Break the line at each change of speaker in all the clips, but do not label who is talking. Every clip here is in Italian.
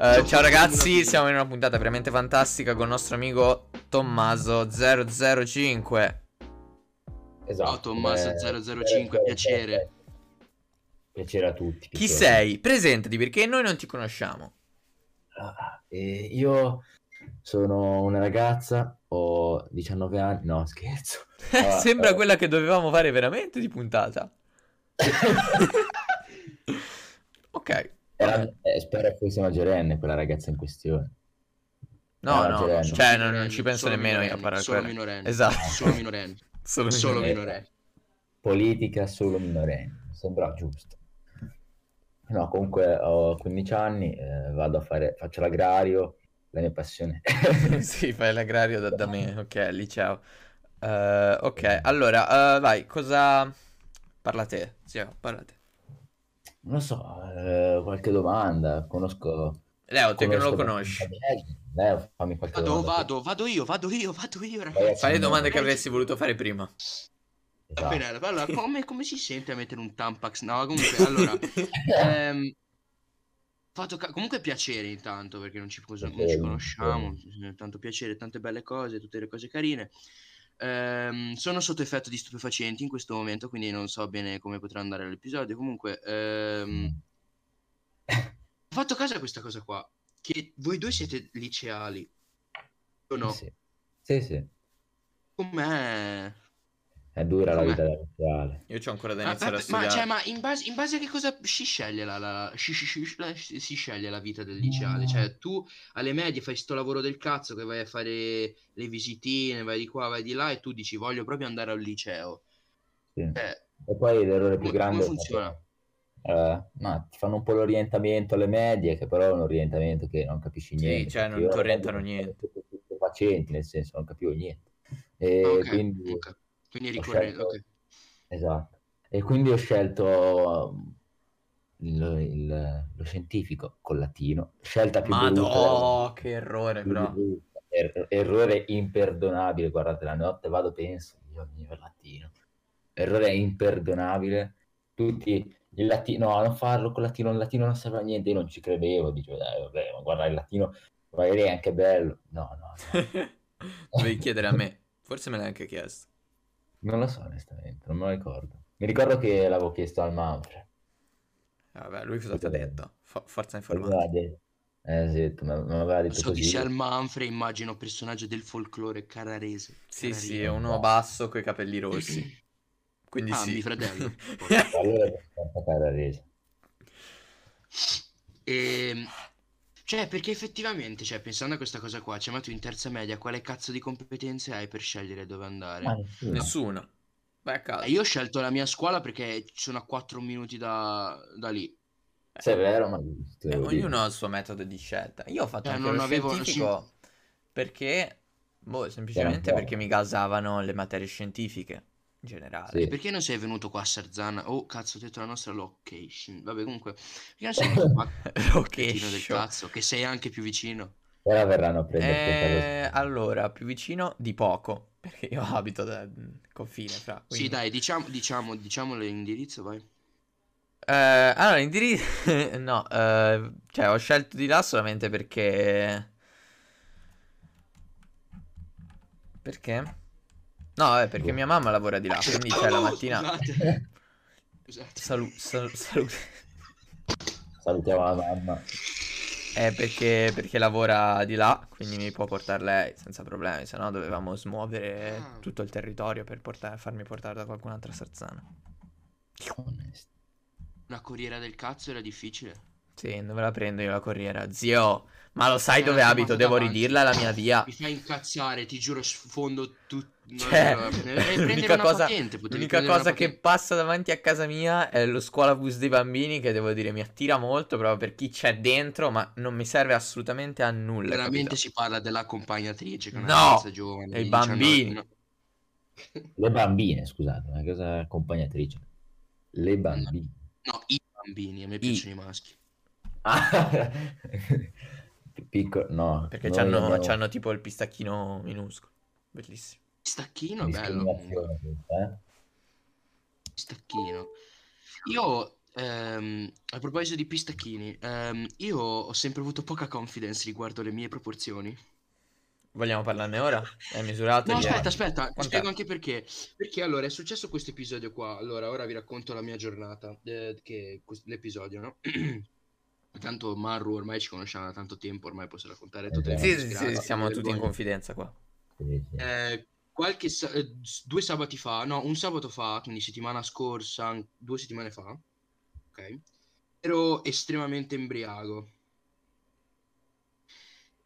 Eh, ciao ragazzi, siamo in una puntata veramente fantastica con il nostro amico Tommaso005.
Esatto.
Ciao, Tommaso
eh,
005, piacere.
Piacere a tutti.
Chi
piacere.
sei? Presentati perché noi non ti conosciamo.
Ah, eh, io sono una ragazza, ho 19 anni. No, scherzo. Ah,
Sembra
eh,
quella che dovevamo fare veramente di puntata. ok.
era- eh, spero che sia una gerenne quella ragazza in questione.
No,
Era
no,
gerenne.
cioè, non-
Sono
non
minorenni,
ci penso
solo
nemmeno io a
minorenni,
parlare
Solo
quello.
minorenni.
Esatto.
Solo minorenni.
Solo
Solo
minorenni.
minorenni.
Politica solo minorenne. Sembra giusto. No, comunque ho 15 anni, eh, vado a fare, faccio l'agrario, la mia passione.
Sì, fai l'agrario da, da me, ok, al liceo. Eh, ok, allora, eh, vai, cosa... Parla te, Zio, parla te.
Non lo so, eh, qualche domanda, conosco...
Leo, te che non lo
conosco-
conosci,
Leo, fammi qualche
Vado,
domanda.
vado, vado io, vado io, vado io,
Vai,
ragazzi.
fai le
Sì.
domande che avresti voluto fare prima.
Esatto.
Appena, allora, come, come si sente a mettere un Tampax? No, comunque, allora,
Eh.
ehm, fatto ca- comunque piacere intanto, perché non ci, cos- non ci
Piacere,
conosciamo, tanto piacere, tante belle cose, tutte le cose carine. Ehm, sono sotto effetto di stupefacenti in questo momento, quindi non so bene come potrà andare l'episodio. Comunque, ehm, ho fatto caso a questa cosa qua, che voi due siete liceali, o no?
Sì, sì, sì.
Com'è?
È dura la
Com'è?
vita reale.
Io c'ho ancora da
Ah,
iniziare a
vabbè, ma,
studiare.
cioè, ma in base, in base a che cosa si sceglie la, la- si, si- si- la- si- si sceglie la vita del liceale?
Mm.
Cioè, tu alle medie fai sto lavoro del cazzo che vai a fare le visitine, vai di qua, vai di là, e tu dici voglio proprio andare al liceo.
Sì.
Eh,
E poi l'errore più
come-
grande...
come
è
funziona?
Eh, ma ti fanno un po' l'orientamento alle medie, che però è un orientamento che non capisci
Sì,
niente.
cioè,
perché
non
io
ti
ero
orientano
proprio
niente.
tutto- tutto- tutto Facenti, nel senso, non capivo niente. E
Ah, ok,
quindi...
ok. Quindi
ho
ricorrendo,
scelto-
ok.
Esatto. E quindi ho scelto um, il- il- lo scientifico col latino, scelta più
Ma
brutta,
no, che errore,
più
bro.
brutta, er- errore imperdonabile. Guardate, la notte vado, penso, Dio mio, il latino. Errore imperdonabile. Tutti il latino, no, non farlo col latino, il latino non serve a niente. Io non ci credevo, dicevo, dai, vabbè, ma guarda il latino, magari è anche bello. No, no, no.
Dovevi chiedere a me. Forse me l'hai anche chiesto.
Non lo so, onestamente, non me lo ricordo. Mi ricordo che l'avevo chiesto al Manfred.
Vabbè, lui cosa ti ha detto? Fo- forza
Mi
informatica.
aveva detto- Eh, sì, mi aveva detto
So chi
così.
sia il Manfre, immagino personaggio del folklore carrarese.
Sì, sì, è
Carrarese.
uno basso coi capelli rossi. Quindi
Ah,
sì.
mio fratello.
Allora è abbastanza cara resa.
Ehm, cioè, perché effettivamente, cioè, pensando a questa cosa qua, cioè, ma tu in terza media quale cazzo di competenze hai per scegliere dove andare?
Ma nessuno.
Nessuno. Vai a casa.
Eh, Io ho scelto la mia scuola perché sono a 4 minuti da, da lì.
Se è Cioè, vero, ma giusto,
Eh,
devo dire.
ognuno ha il suo metodo di scelta. Io ho fatto
Eh,
anche
non
lo
avevo-
scientifico perché, boh, semplicemente
Era un po'.
perché mi gasavano le materie scientifiche in generale.
Sì.
Perché non sei venuto qua a Sarzana? Oh, cazzo, ho detto la nostra location. Vabbè, comunque, perché non sei venuto qua, cretino del
Location.
cazzo, che sei anche più vicino?
Ora verranno a prenderti a
Eh,
casa.
allora, più vicino di poco, perché io abito da mm, confine fra.
Sì,
quindi-
dai, diciamo, diciamo, diciamo l'indirizzo, vai.
Eh, allora, indirizzo... No, eh, cioè ho scelto di là solamente perché... Perché? No, eh, perché mia mamma lavora di là, quindi cioè la
Oh,
mattina...
Scusate. Scusate.
Salu- sal- salute.
Salutiamo la mamma.
Eh, perché, perché lavora di là, quindi mi può portare lei senza problemi, se no dovevamo smuovere
Ah.
tutto il territorio per portare- farmi portare da qualcun'altra sarzana.
Onesto.
Una corriera del cazzo era difficile.
Sì, dove la prendo io la corriera? Zio, ma lo sai
Eh,
dove
l'ho
abito?
chiamato
Devo
davanti.
ridirla la mia via.
Mi fai incazzare, ti giuro, sfondo tutto.
Cioè, l'unica
l'unica
cosa-
patente, potevi
L'unica
prendere una
cosa che
patente.
passa davanti a casa mia è lo scuolabus dei bambini che devo dire mi attira molto proprio per chi c'è dentro, ma non mi serve assolutamente a nulla,
Veramente
capito?
si parla dell'accompagnatrice, che è una
No!
ragazza giovane.
E i
di 19
bambini.
no.
Le bambine, scusate, una cosa accompagnatrice. Le bambine.
No, i bambini, a me piacciono i maschi.
Ah, piccolo, no.
Perché
noi
c'hanno,
abbiamo
c'hanno tipo il pistacchino minuscolo. Bellissimo.
Stacchino è bello.
discriminazione, eh?
Stacchino. Io Ehm, a proposito di pistacchini, ehm, io ho sempre avuto poca confidence riguardo le mie proporzioni.
Vogliamo parlarne ora? È misurato?
No,
Esatto, gli è-
aspetta, aspetta, ti
Quant'è?
spiego anche perché. Perché allora è successo questo episodio qua. Allora, ora vi racconto la mia giornata, eh, che, quest- l'episodio, no? Tanto Maru ormai ci conosciamo da tanto tempo, ormai posso raccontare tutte le
Sì,
mie
sì, sì,
disgrazie,
siamo
le
tutti in
vergogne.
confidenza qua.
Sì, sì.
Eh, qualche sa- eh, s- due sabati fa, no, un sabato fa, quindi settimana scorsa, an- due settimane fa, ok, ero estremamente embriaco.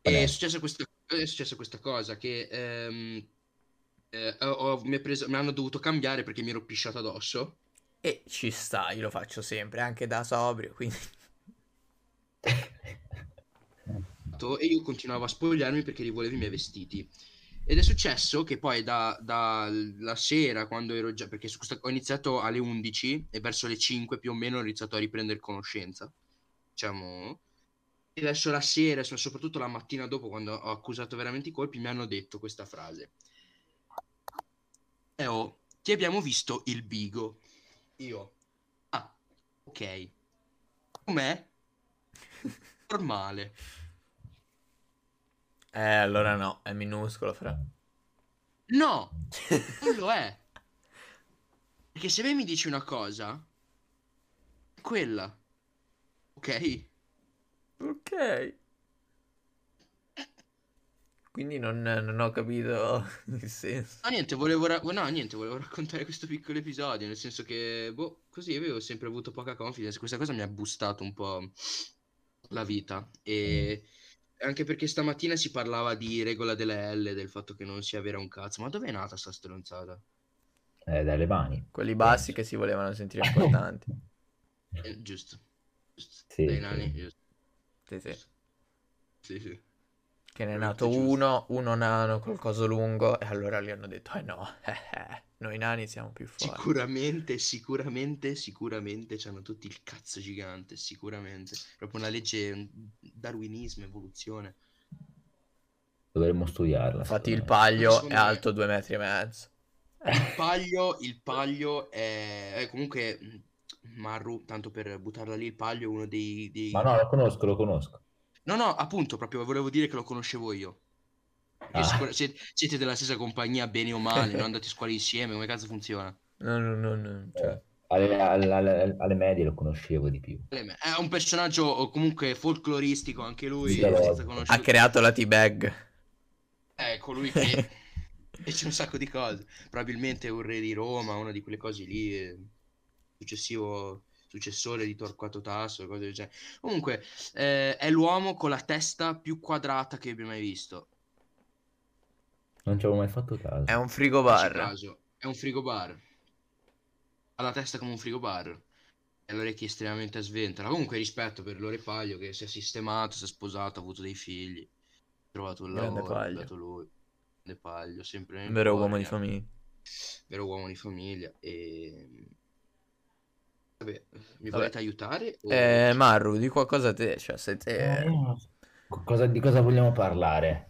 E
Vabbè.
è successa questa, è successa questa cosa che ehm, eh, ho- ho- mi, ha preso- mi hanno dovuto cambiare perché mi ero pisciato addosso.
E ci sta, io lo faccio sempre, anche da sobrio, quindi...
e io continuavo a spogliarmi perché rivolevo i miei vestiti. Ed è successo che poi da, dalla sera, quando ero già, perché su questa- ho iniziato alle 11 e verso le 5 più o meno ho iniziato a riprendere conoscenza, diciamo. E verso la sera, so- soprattutto la mattina dopo, quando ho accusato veramente i colpi, mi hanno detto questa frase. E oh, ti abbiamo visto il bigo. Io. Ah, ok. Com'è? Normale.
Eh, allora no, è minuscolo, fra.
No, non lo è. Perché se me mi dici una cosa, è quella. Ok?
Ok. Quindi non, non ho capito il senso.
No, niente, volevo, ra- no, niente, volevo raccontare questo piccolo episodio, nel senso che, boh, così avevo sempre avuto poca confidence, questa cosa mi ha boostato un po' la vita. E anche perché stamattina si parlava di regola delle L, del fatto che non sia vera un cazzo, ma dove è nata sta stronzata?
Eh, dalle mani.
Quelli bassi che si volevano sentire importanti.
Eh, giusto, giusto,
Sì,
dai
sì.
nani, giusto,
Sì, sì.
sì, sì.
Che ne è nato
Giusto.
uno, uno nano col coso lungo, e allora gli hanno detto, eh no, eh, eh, noi nani siamo più forti.
Sicuramente, sicuramente, sicuramente c'hanno tutti il cazzo gigante, sicuramente. Proprio una legge, un darwinismo, evoluzione.
Dovremmo studiarla.
Infatti il
secondo
paglio è
Secondo me-
alto due metri e mezzo.
Il paglio, il paglio è... eh, comunque, mh, Marru, tanto per buttarla lì, il paglio è uno dei... dei-
me. Ma no, lo conosco, lo conosco.
No, no, appunto, proprio volevo dire che lo conoscevo io. Perché
Ah.
sicura- siete, siete della stessa compagnia, bene o male, non andate a scuola insieme, come cazzo funziona?
No, no, no, no, cioè,
Alle, alle- alle- alle medie lo conoscevo di più.
È un personaggio oh, comunque folcloristico, anche lui, eh,
Sì,
abbastanza
ha
Ha
conosciuto.
creato la T-Bag.
È Eh, colui che fece un sacco di cose. Probabilmente un re di Roma, una di quelle cose lì. eh, Successivo successore di Torquato Tasso, cose del genere. Comunque, eh, è l'uomo con la testa più quadrata che abbia mai visto.
Non ci avevo mai fatto caso.
È un frigobar.
Facci caso, è un frigobar. Ha la testa come un frigobar. E le orecchie estremamente sventola. Comunque, rispetto per Lore Paglio che si è sistemato, si è sposato, ha avuto dei figli. Ha trovato il
Grande
lavoro, ha
Paglio.
dato lui. Grande Paglio, sempre nel
Un vero uomo di
cuore.
famiglia.
vero uomo di famiglia e vabbè, mi
Vabbè.
volete aiutare? o-
Eh, Maru, di qualcosa te, cioè, se te...
Co- cosa- di cosa vogliamo parlare?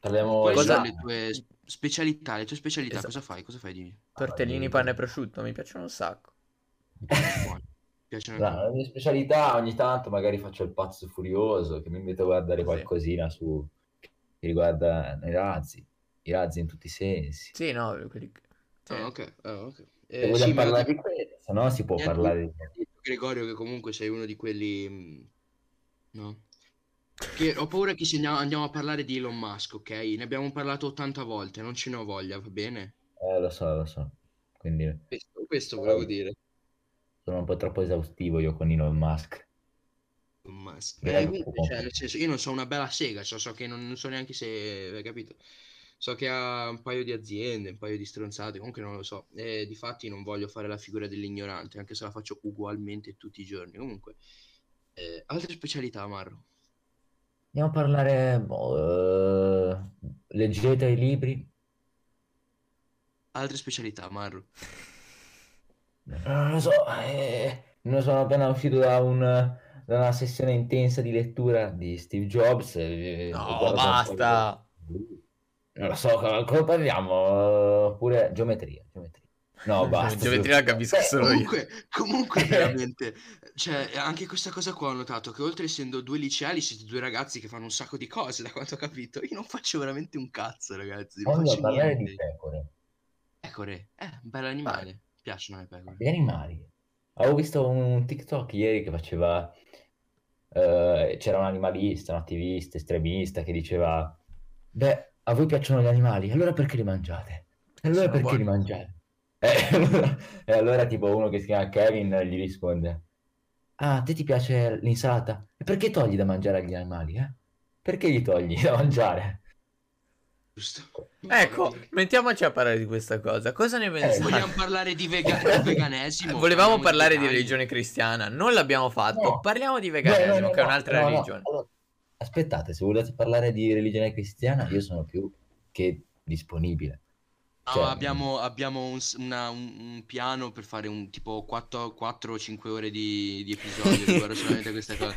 Parliamo
Quali
cosa-
sono le tue s- specialità? Le tue specialità,
Esatto.
cosa fai? Cosa fai di
Tortellini, panna e prosciutto, mi piacciono un sacco.
buono? Mi piacciono anche a
No,
me.
le mie specialità ogni tanto magari faccio il pazzo furioso che mi metto a guardare
Sì.
qualcosina su che riguarda i razzi, i razzi in tutti i sensi.
Sì, no, quelli... cioè, sì.
Ah, ok, ah, ok. Eh,
Se
sì,
vogliamo
mi ha
parlare
detto-
di quello, se no si può
mi ha
parlare di
detto Gregorio che comunque sei uno di quelli mh, no? Che ho paura che se andiamo- andiamo a parlare di Elon Musk, ok? Ne abbiamo parlato 80 volte, non ce ne ho voglia, va bene?
Eh, lo so, lo so. Quindi
Questo, questo volevo dire.
sono un po' troppo esaustivo io con Elon Musk.
Elon Musk.
Grande
Eh, comunque,
uomo.
cioè, nel senso, io non so una bella sega, cioè, so che non, non so neanche se hai capito. So che ha un paio di aziende, un paio di stronzate, comunque non lo so. E difatti non voglio fare la figura dell'ignorante, anche se la faccio ugualmente tutti i giorni. Comunque, eh, altre specialità, Marro.
Andiamo a parlare, boh, eh, leggete i libri.
Altre specialità, Marro.
Non lo so, eh, non sono appena uscito da, un, da una sessione intensa di lettura di Steve Jobs. eh,
No,
guardo un po'
basta!
di- Non lo so, co- cosa parliamo? Eh, Oppure geometria, geometria. No, basta.
Geometria la capisco solo io.
Cioè, Comunque, comunque veramente, cioè, anche questa cosa qua ho notato che oltre essendo due liceali siete due ragazzi che fanno un sacco di cose, da quanto ho capito. Io non faccio veramente un cazzo, ragazzi, non
Voglio
faccio
parlare
niente.
di pecore,
Pecore, eh, un bel animale. Mi piacciono le pecore.
di animali. Avevo visto un TikTok ieri che faceva... eh, c'era un animalista, un attivista, estremista che diceva... Beh, a voi piacciono gli animali, allora perché li mangiate? E allora
Sono
perché
buoni."
li mangiate? E allora, e allora tipo uno che si chiama Kevin gli risponde... Ah, a te ti piace l'insalata? E perché togli da mangiare agli animali, eh? Perché gli togli da mangiare?
Giusto.
Ecco, mettiamoci a parlare di questa cosa. Cosa ne pensate?
Eh,
Eh,
Vogliamo parlare di vega- veganesimo?
Volevamo
Parliamo di
parlare di
vegani.
religione cristiana, non l'abbiamo fatto.
No.
Parliamo di
No, no,
veganesimo,
no,
che è
no,
un'altra
no, no.
religione.
Allora, aspettate, se volete parlare di religione cristiana, io sono più che disponibile.
No,
Cioè,
abbiamo, abbiamo un, s- una- un- un piano per fare un tipo 4, 4 o 5 ore di, di episodio riguardo solamente a queste cose.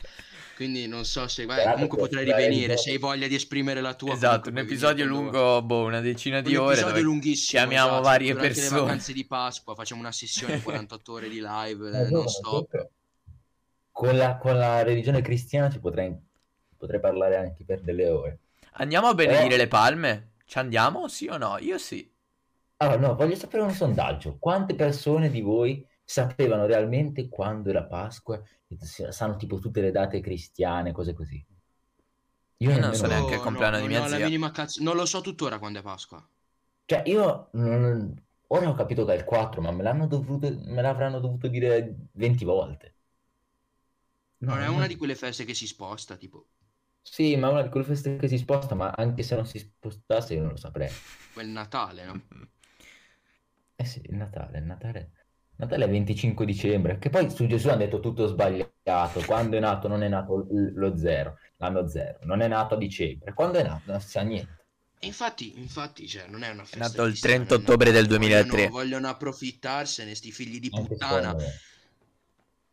Quindi non so se... guarda,
Guardate,
comunque potrai
dai,
rivenire
dai.
se hai voglia di esprimere la tua.
Esatto,
comunque
un
puoi
episodio
venire quando vuoi.
lungo, boh, una decina di
un
ore.
episodio
dove
lunghissimo.
chiamiamo
esatto,
varie
durante
persone.
le vacanze di Pasqua facciamo una sessione 48 ore di live
Ma
eh,
giovane,
non stop.
comunque, Con la, con la religione cristiana ci potrei, potrei parlare anche per delle ore.
Andiamo a benedire
Eh.
le palme? Ci andiamo, sì o no? Io sì.
Allora, no, voglio sapere un sondaggio. Quante persone di voi sapevano realmente quando era Pasqua? E s- Sanno tipo tutte le date cristiane, cose così. Io
Io non
nemmeno
so
lo
neanche il
no,
compleanno
non
di mia
ho la
zia.
minima cazzo- Non lo so tuttora quando è Pasqua.
Cioè, io non- ora ho capito che è il 4, ma me l'hanno dovuto, me l'avranno dovuto dire 20 volte. No,
Non è
no.
una di quelle feste che si sposta, tipo.
Sì, ma è una di quelle feste che si sposta, ma anche se non si spostasse io non lo saprei.
Quel Natale, no?
Eh sì, il Natale, il Natale. Natale è 25 dicembre, che poi su Gesù hanno detto tutto sbagliato. Quando è nato non è nato l- lo zero, l'anno zero. Non è nato a dicembre. Quando è nato non si sa niente.
E infatti, infatti, cioè, non è una festa
nato il
cristiana,
30
è una-
ottobre del
vogliono-
2003.
Vogliono, approfittarsene, sti figli di
Anche
puttana.
secondo me.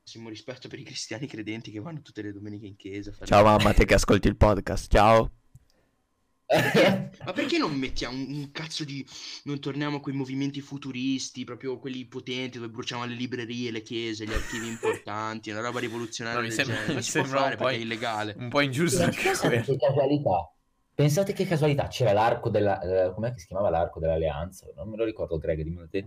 Massimo rispetto per i cristiani credenti che vanno tutte le domeniche in chiesa. a fare-
Ciao mamma, te che ascolti il podcast, ciao.
Eh,
Ma perché non mettiamo un, un cazzo di... Non torniamo a quei movimenti futuristi, proprio quelli potenti dove bruciamo le librerie, le chiese, gli archivi importanti, una roba rivoluzionaria
No, mi
del
sembra-
genere. Non
mi
si può
sembra un
fare
po'
perché è
in-
illegale.
Un po' ingiusto
Ma
anche
pensate
quello.
che casualità. Pensate che casualità, c'era l'arco della... eh, com'è che si chiamava l'arco dell'alleanza? Non me lo ricordo, Greg, dimmelo te.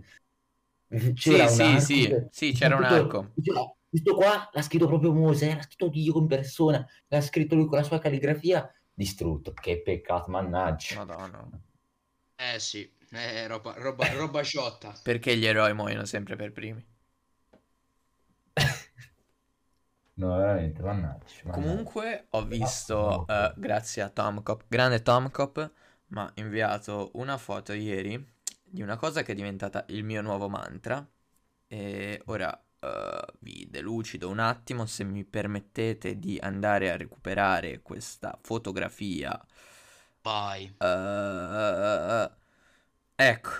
C'era
sì,
un arco
sì,
che-
sì, c'era un
tutto-
arco.
c'era- questo qua l'ha scritto proprio Mosè, l'ha scritto Dio in persona, l'ha scritto lui con la sua calligrafia, distrutto. Che peccato, mannaggia.
Madonna.
Eh sì, eh, roba, roba, roba sciotta.
Perché gli eroi muoiono sempre per primi?
No, veramente, mannaggia. mannaggia.
Comunque ho visto,
Ah,
eh, grazie a Tomcop, grande Tomcop, mi ha inviato una foto ieri di una cosa che è diventata il mio nuovo mantra. E ora eh, vi delucido un attimo, se mi permettete di andare a recuperare questa fotografia.
Vai.
Eh, ecco,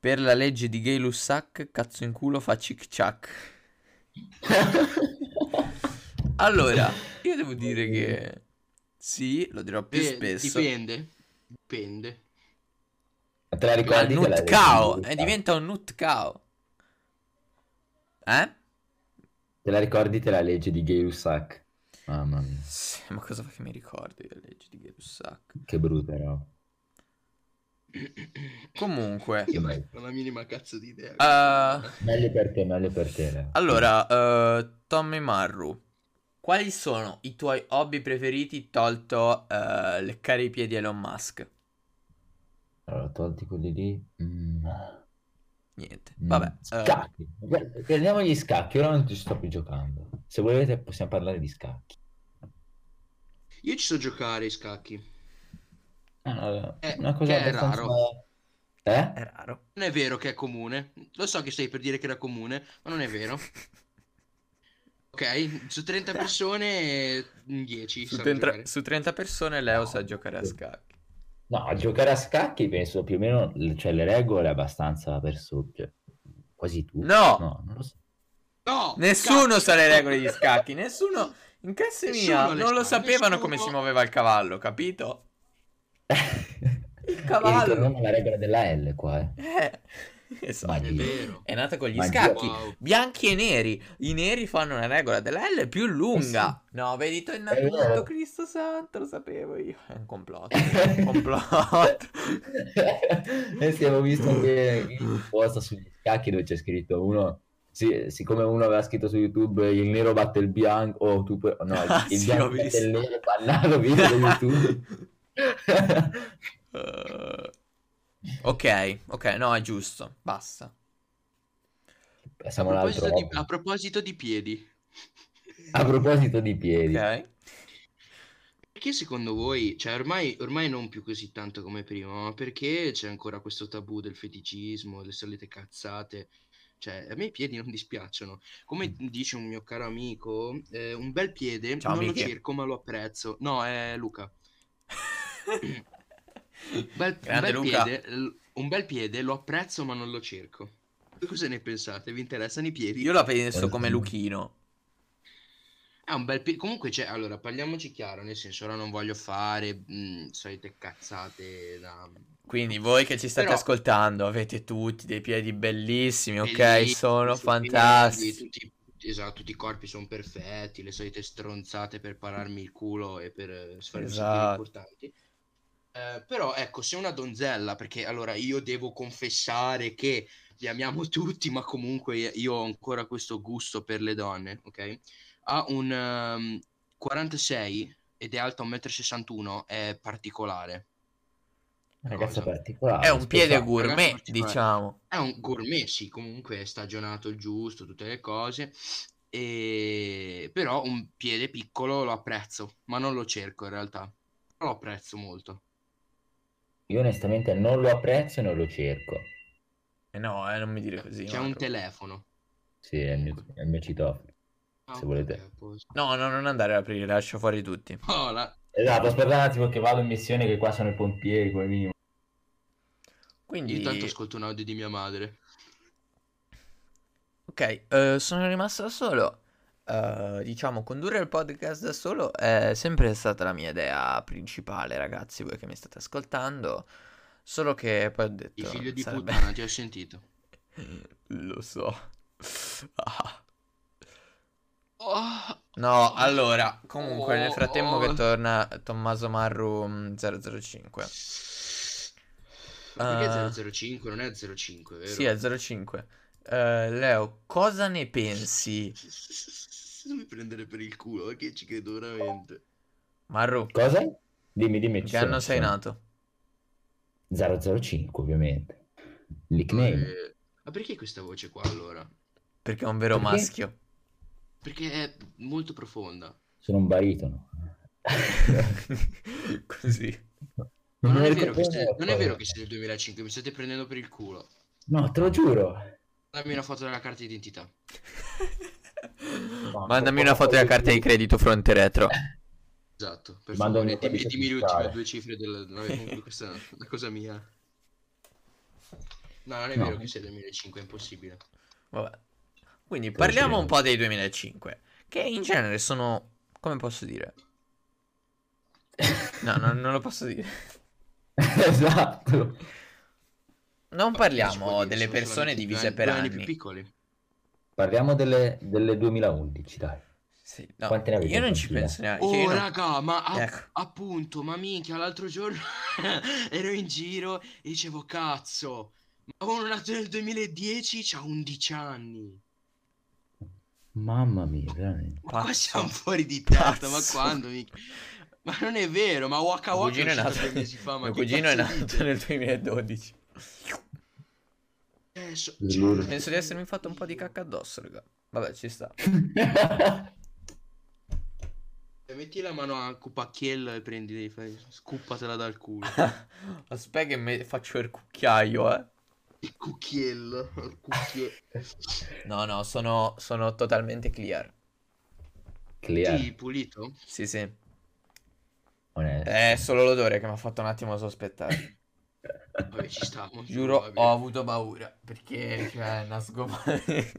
per la legge di Gay Lussac, cazzo in culo fa cic ciac. Allora, io devo dire che sì, lo dirò più
Eh,
spesso.
Dipende. Dipende.
Te la
Ma
ricordi? che la
nut cow, eh, diventa un nut cow. Eh?
Te la ricordi te la legge di Gay Lussac? Mamma mia,
Sì, ma cosa fa che mi ricordi le leggi di Gerussac?
che brutta roba.
Comunque,
Io non ho la minima cazzo di idea.
Ah.
Meglio per te, meglio per te. Leo.
allora, eh, Tommy Marru, quali sono i tuoi hobby preferiti tolto eh, leccare i piedi a Elon Musk?
Allora, tolti quelli lì. Mm.
Niente,
Mm.
vabbè. eh,
Scacchi. Guarda, Prendiamo gli scacchi, ora non ci sto più giocando. Se volete possiamo parlare di scacchi.
Io ci so giocare ai scacchi.
Ah, no,
Eh,
una cosa
che è
abbastanza...
raro.
Eh?
è raro.
Non è vero che è comune. Lo so che stai per dire che era comune, ma non è vero. Ok, su 30 persone, eh, 10
Su
sanno
30,
giocare.
su 30 persone Leo
No,
sa giocare a
sì.
scacchi.
No, a giocare a scacchi penso più o meno, cioè le regole abbastanza per su, cioè, quasi tutte.
No!
No, non lo so.
No!
Nessuno
cazzo!
sa le regole di scacchi, nessuno in classe
Nessuno
mia
le
non lo
sa,
sapevano come
nessuno.
si muoveva il cavallo, capito?
E
cavallo.
ritorniamo alla regola della L qua, eh.
Eh, esatto.
È vero.
È nata con gli
Ma
scacchi.
Wow.
Bianchi e neri. I neri fanno una regola della L più lunga.
Eh
No, vedi, tu è nato
È vero.
tutto, Cristo santo, lo sapevo io. È un complotto. È un Eh, complotto.
Noi abbiamo Eh visto anche il post sugli scacchi dove c'è scritto uno. sì, siccome uno aveva scritto su YouTube il nero batte il bianco, o tu puoi- no, il-
Ah,
il
sì,
bianco
l'ho
batte
visto.
il nero, bannato video su YouTube.
Eh, ok, ok, no, è giusto. Basta.
A
Passiamo all'altro.
proposito, di, a proposito di piedi,
A proposito di piedi,
Ok.
perché secondo voi, cioè ormai, ormai non più così tanto come prima, ma perché c'è ancora questo tabù del feticismo, le solite cazzate? Cioè, a me i piedi non dispiacciono. Come dice un mio caro amico, eh, un bel piede
Mm. Ciao,
non
amiche.
lo cerco ma lo apprezzo. No, è Luca. Bel- un,
Grande
bel
Luca.
piede, l- un bel piede lo apprezzo ma non lo cerco. Voi Cosa ne pensate? Vi interessano i piedi?
Io la penso come
Buongiorno.
Luchino.
È Ah, un bel pi- Comunque, c'è allora, parliamoci chiaro, nel senso, ora non voglio fare mh, solite cazzate da...
Quindi voi che ci state
Però-
ascoltando avete tutti dei piedi bellissimi, ok?
Bellissimi,
Sono
stupidi,
fantastici.
Tutti, esatto, tutti i corpi sono perfetti, le solite stronzate per pararmi il culo e per eh, farmi sentire
Esatto.
importanti. Eh, però ecco, se una donzella, perché allora io devo confessare che li amiamo tutti, ma comunque io ho ancora questo gusto per le donne, ok? Ha un ehm, 46 ed è alta 1,61 m, è particolare.
una ragazza
Cosa?
particolare.
È un piede
speciale.
gourmet,
Ragazzi,
diciamo.
È un gourmet, sì, comunque è stagionato il giusto, tutte le cose. E... Però un piede piccolo lo apprezzo, ma non lo cerco in realtà. Però lo apprezzo molto.
Io onestamente non lo apprezzo e non lo cerco.
Eh no, eh, non mi dire così.
C'è
Marco.
un telefono.
Sì, è il mio, è il mio citofono.
Ah,
Se volete.
ok, a posto.
No, no, non andare ad aprire, lascio fuori tutti.
Oh, la-
Esatto, aspetta un attimo che vado in missione che qua sono i pompieri come minimo.
Quindi,
Io tanto ascolto un audio di mia madre.
ok, eh, sono rimasto da solo. Eh, diciamo, condurre il podcast da solo è sempre stata la mia idea principale, ragazzi, voi che mi state ascoltando. Solo che poi ho detto...
Il figlio di
sarebbe-
puttana, ti ho sentito.
Lo so. Ah.
Oh,
No, allora, comunque nel
Oh,
frattempo
oh.
che torna Tommaso Marru mm, 005.
Ma
Ah.
Perché 005? Non è 05, vero?
Sì, è 05. Eh, Leo, cosa ne pensi?
Non mi prendere per il culo, perché ci credo veramente.
Marru,
Cosa? Dimmi, dimmi.
in
ci
che
sono,
anno
ci
sei
sono.
nato?
005 ovviamente. Nickname.
Eh, Ma perché questa voce qua allora?
Perché è un vero
Perché?
maschio.
Perché è molto profonda.
Sono un baritono.
Così.
Ma non,
me
è vero
ne
che
ricordo
siete, non è
cosa.
vero che siete del 2005, mi state prendendo per il culo.
No, te lo giuro.
Dammi una foto della carta d'identità.
Mandami una foto della carta di credito fronte e retro.
Esatto, per
Mando il
favore,
mio
dimmi,
codice
dimmi le
fiscale.
ultime due cifre della... no, comunque questa è una cosa mia. No, non è
No.
vero che sei del 2005, è impossibile.
Vabbè. Quindi
Cosa
parliamo
c'è?
un po' dei 2005, che in genere sono, come posso dire? No, no, non lo posso dire.
esatto.
Non
Si può
parliamo
dire,
delle
sono
persone
solamente
divise
due
per
due anni
anni. Eh,
più piccoli.
Parliamo delle, delle 2011, dai.
Sì, no,
Quante ne avete
io non
in
ci
fila?
penso neanche. io
Oh,
non-
raga, ma a-
Ecco.
appunto, ma minchia, l'altro giorno ero in giro e dicevo, cazzo, ma uno nato nel 2010 c'ha 11 anni.
Mamma mia, veramente.
Ma qua
Pazzo.
siamo fuori di testa, ma
Pazzo.
quando? minchia? Ma non è vero, ma Waka
Mio
Waka
cugino è
uscito
nato,
due mesi fa, ma
mio
che
cugino è
cazzo
nato
dite?
nel 2012.
Eh, so-
Giuro.
cioè-
Penso di essermi fatto un po' di cacca addosso, raga. Vabbè, ci sta.
Eh, Metti la mano a cupacchiello e prendi, fai- scuppatela dal culo.
Aspetta che me- faccio il cucchiaio, eh.
Il cucchiello, il cucchiello.
No, no, sono, sono totalmente clear.
Clear.
Sì, pulito?
Sì, sì.
onesto.
È solo l'odore che mi ha fatto un attimo sospettare.
Vabbè, ci sta. molto
Giuro,
probabile.
ho avuto paura. Perché, cioè, una sgoma...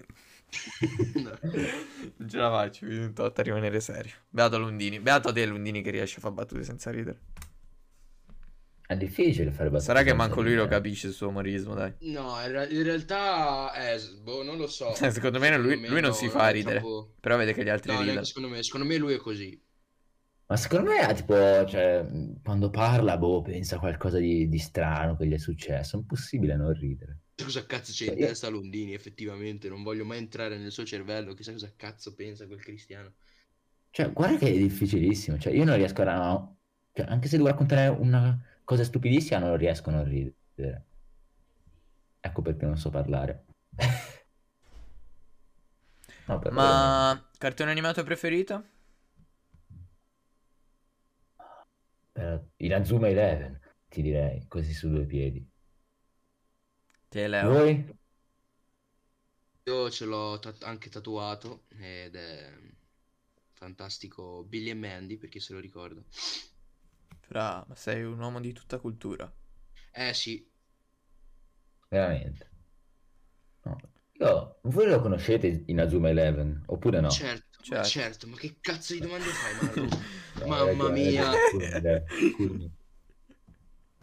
No.
non ce la faccio, mi sono tolto a rimanere serio. Beato Lundini. Beato te, Lundini, che riesce a fare battute senza ridere.
È difficile fare battute.
Sarà che
senza
manco lui lo
ridere.
capisce il suo umorismo, dai.
No, in, re- in realtà, eh, s- boh, non lo so.
Cioè, secondo me lui- lui non si
no,
fa
no,
ridere.
troppo-
Però vede che gli altri
No, neanche
ridono.
secondo me, secondo me lui è così.
Ma secondo me, ha tipo, cioè, mh, quando parla, boh, pensa a qualcosa di, di strano che gli è successo. È impossibile non ridere.
Cosa cazzo c'è in
Io-
testa Londini, effettivamente? Non voglio mai entrare nel suo cervello, chissà cosa cazzo pensa quel cristiano.
Cioè, guarda che è difficilissimo. Cioè, io non riesco a... no. Cioè, anche se devo raccontare una cosa stupidissima, non riesco a non ridere. Ecco perché non so parlare. No, però-
Ma cartone animato preferito?
però- Inazuma Eleven, ti direi, così su due piedi.
Te Leo.
Voi?
Io ce l'ho tat- anche tatuato ed è fantastico Billy e Mandy, per chi se lo ricorda.
Fra, ma sei un uomo di tutta cultura.
Eh sì,
Veramente. No. Io, voi lo conoscete Inazuma Eleven, oppure no?
certo, ma
Certo.
certo, ma che cazzo di domande fai, Marco?
No,
Mamma
ragione,
mia.
ragione, scusami, scusami.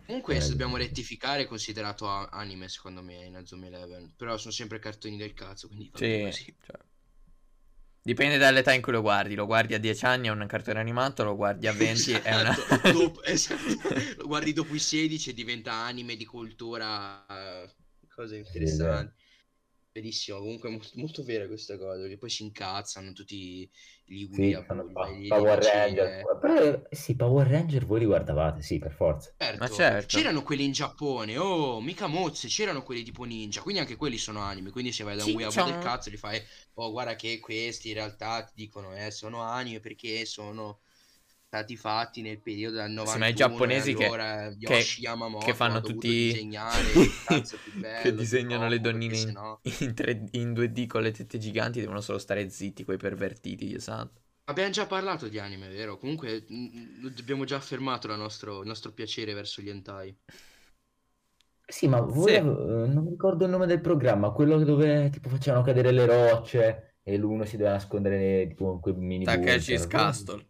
Comunque
Eh,
se dobbiamo
sì.
rettificare, considerato a- anime secondo me in Azumi Eleven, però sono sempre cartoni del cazzo, quindi va
Sì,
bene così.
cioè. Dipende dall'età in cui lo guardi. Lo guardi a 10 anni è un cartone animato, lo guardi a 20 è una...
Esatto, dopo- esatto. Lo guardi dopo i 16 e diventa anime di cultura, eh, cose interessanti. Benissimo, comunque è mo- molto, vera questa cosa, che poi si incazzano tutti gli
Sì,
Wii,
fanno
appunto,
pa-
gli- gli
Power
bacini,
Ranger.
eh.
Però, sì, Power Ranger voi li guardavate, sì, per forza.
Certo,
Ma certo.
c'erano quelli in Giappone, oh, mica mozze, c'erano quelli tipo ninja, quindi anche quelli sono anime, quindi se vai da un
Cin
weeaboo del
cian.
cazzo gli fai, oh guarda che questi in realtà ti dicono, eh, sono anime perché sono stati fatti nel periodo dal 91
Sì, ma i giapponesi che-
allora
che-
Yoshi Yamamoto
che fanno
ha dovuto
tutti...
disegnare il cazzo più
che
bello,
disegnano le
troppo, perché
donnine in,
sennò-
in tre- in 2D con le tette giganti devono solo stare zitti quei pervertiti, esatto. Dio santo.
Abbiamo già parlato di anime, vero? Comunque mh, abbiamo già affermato la nostro- il nostro piacere verso gli hentai.
Sì, ma voi
Sì.
av- eh, non mi ricordo il nome del programma, quello dove tipo facevano cadere le rocce e l'uno si doveva nascondere nei- tipo in quei mini
Takashi
bunker.
Scastle.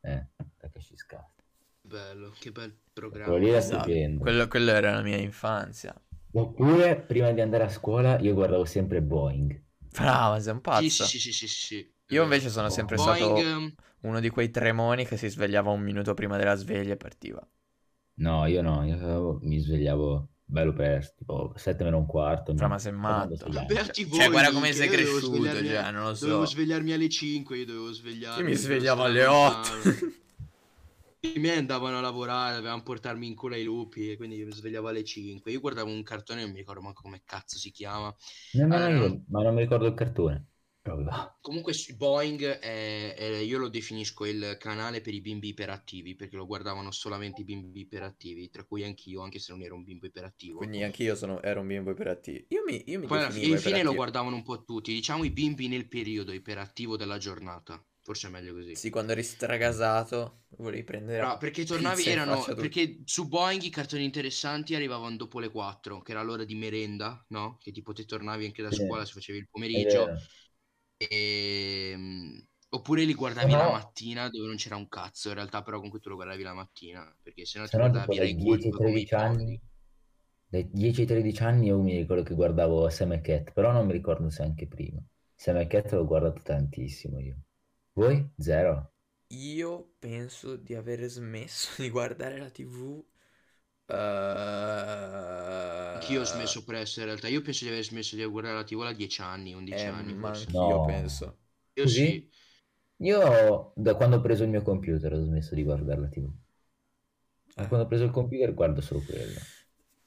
Eh, Takashi Scastle.
Bello, che bel
Quello
programma.
lì era
Esatto.
stupendo.
Quello, quello era la mia infanzia.
Oppure prima di andare a scuola io guardavo sempre Boeing.
Brava, sei un
Sì,
pazzo.
sì, sì, sì, sì, sì.
Io invece sono
Oh.
sempre
Boeing,
stato
ehm,
uno di quei tremoni che si svegliava un minuto prima della sveglia e partiva.
No, io no, io mi svegliavo bello presto, tipo 7 meno un quarto.
Fra,
mi-
ma sei
quando
matto.
svegliavo.
Berti
Cioè, guarda
Boeing,
come sei
che io dovevo
cresciuto,
svegliarmi a-
cioè, non lo so.
Dovevo svegliarmi alle 5, io dovevo svegliarmi.
Io mi
dovevo
svegliavo
stare
alle
lontano.
8.
I miei andavano a lavorare, dovevano portarmi in culo ai lupi, e quindi io mi svegliavo alle 5. Io guardavo un cartone, non mi ricordo manco come cazzo si chiama.
ah,
Nemmeno
Allora,
io, ma non mi ricordo il cartone. Proprio.
Comunque su- Boeing è- è- io lo definisco il canale per i bimbi iperattivi, perché lo guardavano solamente i bimbi iperattivi, tra cui anch'io, anche se non ero un bimbo iperattivo.
Quindi anch'io sono, ero un bimbo iperattivo. Io mi, io mi
Poi alla
definivo
fine, infine lo
iperattivo.
guardavano un po' tutti, diciamo i bimbi nel periodo iperattivo della giornata, forse è meglio così.
Sì, quando eri stragasato volevi prendere...
Però perché tornavi
pizza in
erano
faccia a tutti.
perché su Boeing i cartoni interessanti arrivavano dopo le 4, che era l'ora di merenda, no? Che tipo te tornavi anche da
Sì.
scuola se facevi il
È
pomeriggio
vero.
e oppure li guardavi
No.
la mattina dove non c'era un cazzo, in realtà però comunque tu lo guardavi la mattina, perché sennò ti
Se no, tipo
guardavi
dai
Rai
10 ai
5 come i
13 anni,
poveri.
dai 10 ai 13 anni io mi ricordo che guardavo Sam e Cat, però non mi ricordo se anche prima. Sam e Cat l'ho guardato tantissimo io. Voi? Zero.
Io penso di aver smesso di guardare la TV. eh,
Anch'io ho smesso presto in realtà, io penso di aver smesso di guardare la TV a 10 anni, 11
eh,
anni
ma
forse.
anch'io
No.
penso.
Io
Così?
sì.
Io da quando ho preso il mio computer ho smesso di guardare la TV. Da
Eh.
quando ho preso il computer guardo solo quello.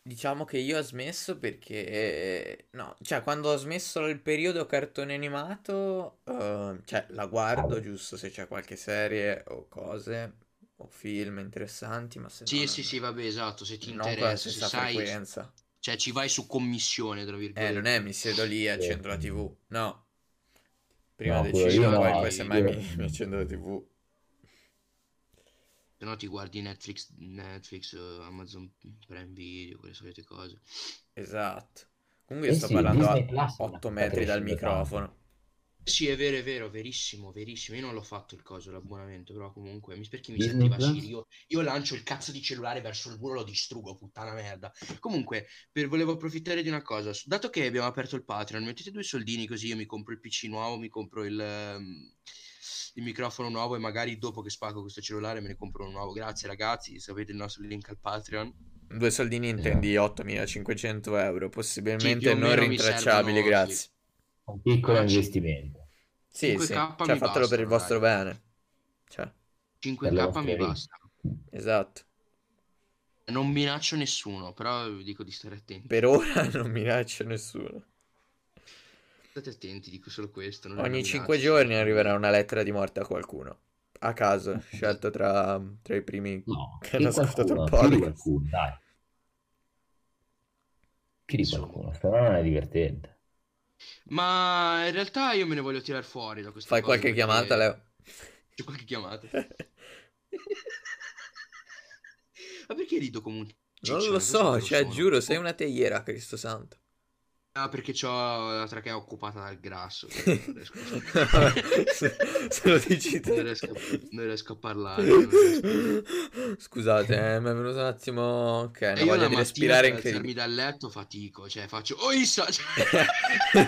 Diciamo che io ho smesso perché... No, cioè quando ho smesso il periodo cartone animato, ehm, cioè la guardo
Vabbè.
giusto se c'è qualche serie o cose o film interessanti, ma se no...
Sì,
non-
sì, sì, vabbè, esatto, se ti
non con la
interessa, se
stessa
sai,
frequenza.
cioè ci vai su commissione, tra virgolette.
Eh, non è mi siedo lì e
Sì.
accendo la TV. No. Prima
No, quello
decido,
lì
poi,
no, eh,
poi semmai
io-
mi, mi accendo la TV.
Se no ti guardi Netflix, Netflix, eh, Amazon Prime Video, quelle solite cose.
Esatto. Comunque
Eh
io sto
sì,
parlando
Disney
a
Plus è una
8
cosa che
metri dal
cresce tanto.
microfono.
Sì, è vero, è vero, verissimo, verissimo. Io non l'ho fatto il coso, l'abbonamento, però comunque, mi- perché mi
Disney
serviva
Plus?
Siri? Io, io lancio il cazzo di cellulare verso il muro, lo distrugo, puttana merda. Comunque, per- volevo approfittare di una cosa. S- Dato che abbiamo aperto il Patreon, mettete due soldini così io mi compro il PC nuovo, mi compro il, ehm, il microfono nuovo e magari dopo che spacco questo cellulare me ne compro uno nuovo. Grazie ragazzi, sapete il nostro link al Patreon.
Due soldini intendi 8.500 euro, possibilmente
più o
non
meno mi
rintracciabili,
servono,
grazie.
sì.
Un piccolo
Ah, sì.
investimento.
Sì,
5K
sì,
mi
cioè fatelo per il vostro
bastano, dai.
bene. Cioè,
5k
vostra
mi
vita.
basta.
esatto.
Non minaccio nessuno, però vi dico di stare attenti.
Per ora non minaccio nessuno.
State attenti, dico solo questo. non è una
Ogni
minaccia,
5
sì.
giorni arriverà una lettera di morte a qualcuno. A caso, scelto tra, tra i primi.
No,
Che
di
hanno ascoltato
qualcuno,
il
più di
podcast.
qualcuno, dai. Più di
Insomma.
qualcuno, se no non è divertente.
Ma in realtà io me ne voglio tirare fuori da questa
Fai
cosa,
qualche
perché-
chiamata, Leo.
C'è qualche chiamata. Ma perché rido come un
Non
ciccione?
lo
Questo
so,
te lo
cioè,
sono.
giuro, sei una teiera, Cristo santo.
Ah, perché c'ho la trachea occupata dal grasso. quindi Non riesco,
se, se lo dici Eh, te.
non riesco- non riesco a parlare. non riesco.
Scusate, eh, mi è venuto un attimo. Ok,
E
una
io la
voglia di
mattina
respirare
per alzarmi
incredibile.
dal letto fatico, cioè faccio "Oh, Issa!" cioè,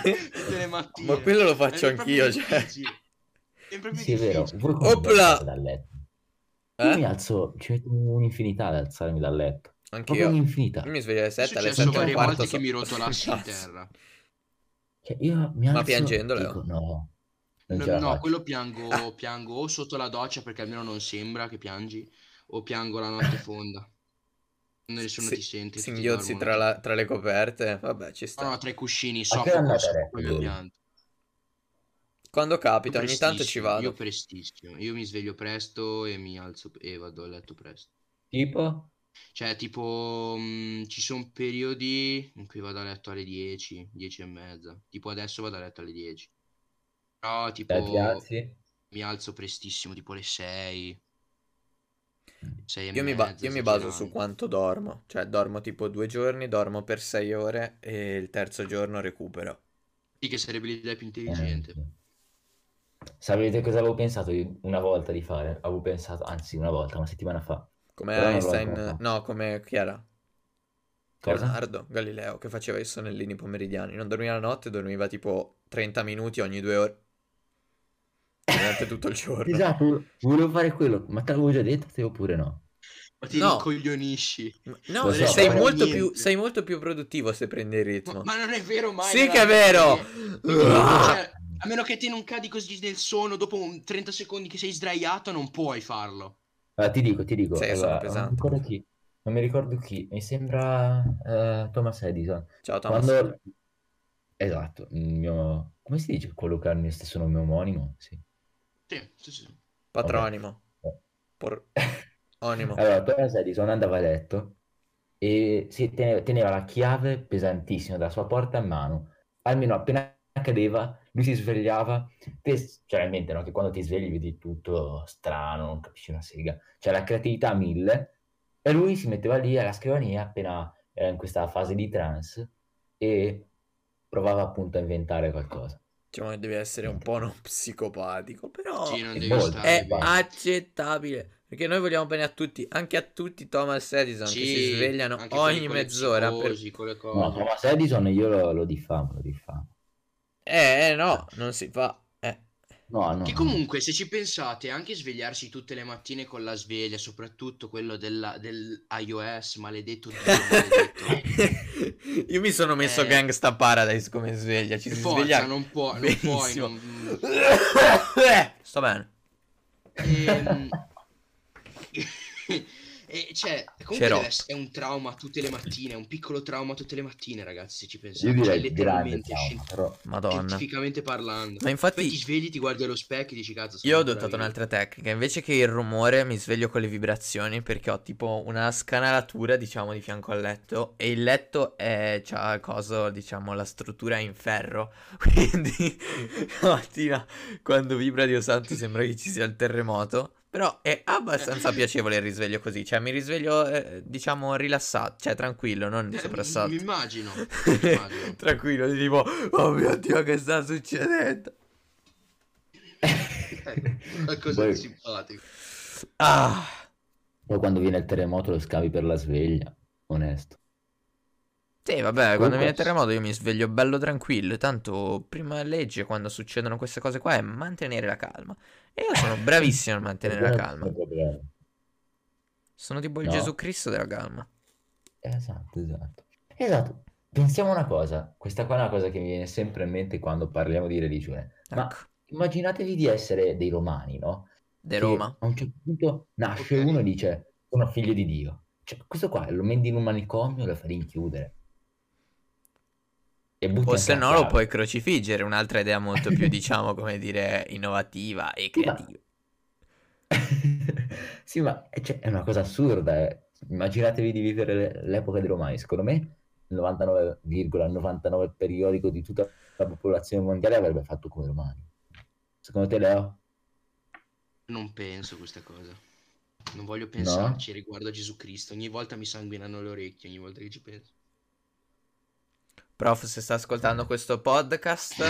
tutte le mattine.
Ma quello lo
È
faccio
proprio
anch'io, cioè.
difficile. È proprio
Sì, è vero.
difficile.
voi come vi
Opla!
alzate dal letto? Io
Eh?
mi alzo, ci metto un'infinità ad alzarmi dal letto. Proprio
Anch'io.
un'infinità.
Io Mm. mi sveglio alle
È
7, alle
successo
7 e un
varie
quarto
volte che
so-
mi rotolassi in
Cazzo.
terra.
Cioè, io mi alzo
Ma piangendo,
e
Leo?
dico, no,
Oh,
non
No,
ce la
no,
faccio.
quello piango, piango o sotto la doccia perché almeno non sembra che piangi, o piango la notte fonda. Nessuno
Si-
ti sente. tutti
Singhiozzi
dormono.
tra, la- tra le coperte. Vabbè, ci sta.
No, no, tra i cuscini,
che
soffoco,
andate a
soffoco
letto
il mio
voi?
pianto.
Quando
Io
capita, ogni tanto ci
prestissimo, Io
vado.
prestissimo, io mi sveglio presto e mi alzo e vado a letto presto.
Tipo,
Cioè, tipo, mh, ci sono periodi in cui vado a letto alle 10, 10 e mezza. Tipo adesso vado a letto alle 10. Però, tipo,
dai, ti alzi?
mi alzo prestissimo, tipo alle 6. 6 e
Io mi, ba-
mezza,
io mi baso
esagerando.
su quanto dormo. Cioè, dormo tipo due giorni, dormo per 6 ore e il terzo giorno recupero.
Sì, che sarebbe l'idea più intelligente.
Eh, Sapete cosa avevo pensato io una volta di fare? Avevo pensato, anzi, una volta, una settimana fa.
Come
Però non l'ho ancora
Einstein,
fatto.
no, come chi era?
Cosa?
Leonardo Galileo che faceva i sonnellini pomeridiani. Non dormiva la notte, dormiva tipo 30 minuti ogni due ore. Durante tutto il giorno.
Esatto, volevo fare quello, ma te l'avevo già detto, te oppure no?
Ma ti
No.
ricoglionisci.
No,
Lo
se
so,
sei,
però-
molto
Niente.
più, sei molto più produttivo se prendi il
Ma,
ritmo.
ma non è vero mai.
sì
non
che è vero!
niente.
Ah!
Cioè, a meno che te non cadi così nel sonno dopo un 30 secondi che sei sdraiato, non puoi farlo.
Allora, ti dico, ti dico,
Sì, sono
allora, non mi
pesante.
ricordo chi, non mi ricordo chi, mi sembra eh, Thomas Edison.
Ciao Thomas.
Quando... Esatto, il mio... Come si dice quello che ha il mio stesso nome omonimo? Sì.
Sì, sì, sì.
Patronimo.
Vabbè.
Por- Onimo.
Allora, Thomas Edison andava a letto e si tene- teneva la chiave pesantissima della sua porta in mano. Almeno appena cadeva, lui si svegliava. Te, cioè, realmente, no? Che quando ti svegli vedi tutto strano, non capisci una sega. Cioè, la creatività a mille. E lui si metteva lì alla scrivania, appena era in questa fase di trance, e provava appunto a inventare qualcosa.
Diciamo che devi essere un po' non psicopatico, però
Sì, non
è
devi
molto,
stare.
Oh, è
eh,
bene.
ah,
accettabile. Perché noi vogliamo bene a tutti, anche a tutti Thomas Edison che
Sì,
si svegliano
anche quelli
ogni
con le
mezz'ora per
psicosi, con le
No,
cose.
Thomas Edison io lo, lo diffamo, lo diffamo.
Eh, eh, no, non si fa. Eh.
No, no,
Che
no.
comunque, se ci pensate, anche svegliarsi tutte le mattine con la sveglia, soprattutto quello della, dell'iOS, maledetto Dio, maledetto.
Io mi sono messo
Eh.
Gangsta Paradise come sveglia. Ci si sveglia.
Forza, non, può, non puoi,
Benissimo.
non...
Sto bene.
Ehm, e cioè, comunque
C'ero.
deve essere- è un trauma tutte le mattine, è un piccolo trauma tutte le mattine, ragazzi, se ci pensate.
Io
Cioè,
direi grande
letteralmente,
trauma,
scien-
però
Madonna.
scientificamente parlando.
Ma
Poi ti
infatti
svegli, ti guardi allo specchio e dici cazzo, sono
io ho
ancora
adottato
vivo.
un'altra tecnica. Invece che il rumore, mi sveglio con le vibrazioni perché ho tipo una scanalatura, diciamo, di fianco al letto. E il letto è, c'ha il coso, diciamo, la struttura in ferro. Quindi la mattina quando vibra Dio santo sembra che ci sia il terremoto. Però è abbastanza piacevole il risveglio così. Cioè, mi risveglio, eh, diciamo, rilassato, cioè tranquillo, non
Eh,
soprassalto.
Mi immagino, mi immagino.
tranquillo, tipo, oh mio Dio, che sta succedendo?
Eh,
Ecco, qualcosa
Poi-
di simpatico.
Ah,
Poi quando viene il terremoto lo scavi per la sveglia, onesto.
sì, vabbè, quando viene il
Comunque-
terremoto io mi sveglio bello tranquillo. Tanto prima legge quando succedono queste cose qua è mantenere la calma. E io sono bravissimo a mantenere la calma. Sono tipo il
Esatto. No.
Gesù Cristo della calma.
Esatto, esatto. Esatto. Pensiamo a una cosa, questa qua è una cosa che mi viene sempre in mente quando parliamo di religione. Ma
Ecco,
immaginatevi di essere dei romani, no?
de
Che
Roma.
a un certo punto nasce
Ok.
uno e dice sono figlio di Dio. Cioè, questo qua lo metti in un manicomio e lo fai rinchiudere. E butti
O
anche
se
la
no lo
chiave.
puoi crocifiggere, un'altra idea molto più, diciamo, come dire, innovativa e
Sì, ma-
creativa.
Sì, ma eh, cioè, è una cosa assurda. eh. Immaginatevi di vivere le- l'epoca dei Romani. Secondo me, il 99,99 periodico di tutta la popolazione mondiale avrebbe fatto come i Romani. Secondo te, Leo?
Non penso questa cosa. Non voglio pensarci riguardo a Gesù Cristo. Ogni volta mi sanguinano le orecchie, ogni volta che ci penso.
Prof, se sta ascoltando questo
Eh.
podcast,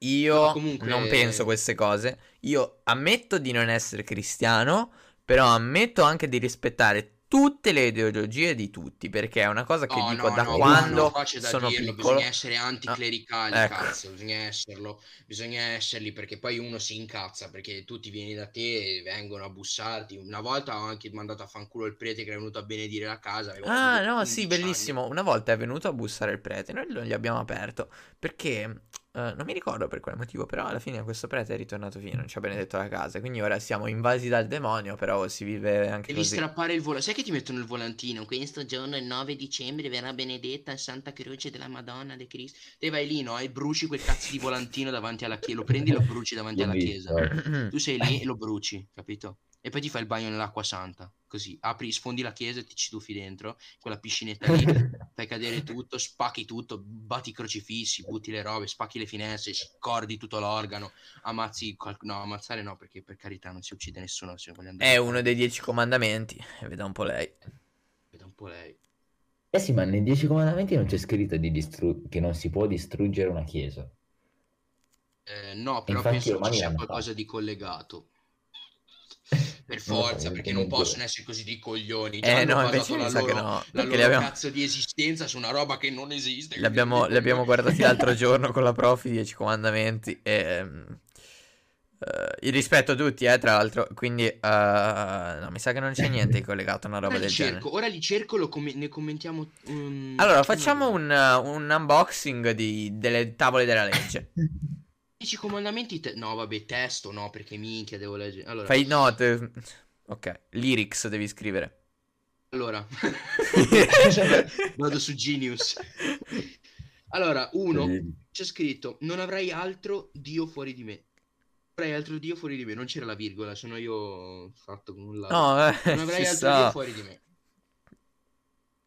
io
No, comunque-
non penso queste cose. Io ammetto di non essere cristiano, però ammetto anche di rispettare tutte le ideologie di tutti, perché è una cosa che
No,
dico
no,
da
no,
quando
no, qua c'è da
sono
dirlo,
piccolo.
Bisogna essere anticlericali,
No, ecco.
cazzo, bisogna esserlo, bisogna esserli perché poi uno si incazza perché tu ti vieni da te e vengono a bussarti. Una volta ho anche mandato a fanculo il prete che era venuto a benedire la casa. avevo
Ah,
tipo
no,
15
sì,
anni.
bellissimo. Una volta è venuto a bussare il prete, noi non gli abbiamo aperto perché eh, non mi ricordo per quale motivo, però alla fine questo prete è ritornato via, non ci ha benedetto la casa, quindi ora siamo invasi dal demonio, però si vive anche
Devi
così.
strappare il volantino. Sai che ti mettono il volantino? Questo giorno, il 9 dicembre, verrà benedetta il Santa Croce della Madonna di Cristo. Te vai lì, no? E bruci quel cazzo di volantino davanti alla chiesa. Lo prendi e lo bruci davanti
L'ho
alla
visto,
chiesa.
eh.
Tu sei lì e lo bruci, capito? E poi ti fai il bagno nell'acqua santa. Così apri, sfondi la chiesa e ti ci tuffi dentro. Quella piscinetta lì, fai cadere tutto, spacchi tutto, batti i crocifissi, butti le robe, spacchi le finestre, scordi tutto l'organo, ammazzi qual- No, ammazzare no, perché per carità non si uccide nessuno. Se voglio andare
È
Eh,
a-
uno dei dieci comandamenti, e veda un po' lei.
Veda un po' lei.
Eh sì, ma nei Dieci Comandamenti non c'è scritto di distru- che non si può distruggere una chiesa.
Eh, no, però
infatti
penso che
ormai
ci sia
l'hanno
qualcosa di collegato. Per
Non lo so,
forza, perché non
evidentemente-
possono essere così di coglioni. Già
Eh
hanno
no,
basato
invece
la
mi sa
loro-
che no,
la
perché
loro
li abbiamo,
cazzo di esistenza su una roba che non esiste.
li abbiamo, li abbiamo guardati l'altro giorno con la prof, i dieci comandamenti, e... ehm, eh, il rispetto a tutti, eh, tra l'altro, quindi eh, no, mi sa che non c'è niente di collegato a una roba
Ora li
del genere.
Eh, cerco, ora li cerco, lo com- ne commentiamo. um,
Allora,
una
facciamo
dopo.
un, un unboxing di- delle tavole della legge.
Dieci comandamenti. te- no, vabbè, testo no, perché minchia devo leggere. Allora,
Fai note. Ok, lyrics devi scrivere.
allora. Cioè, vado su Genius. Allora, uno, c'è scritto non avrai altro Dio fuori di me. Non avrai altro Dio fuori di me. Non c'era la virgola, sono io fatto con un lato.
No, eh,
non avrai
ci
altro
sta.
Dio fuori di me.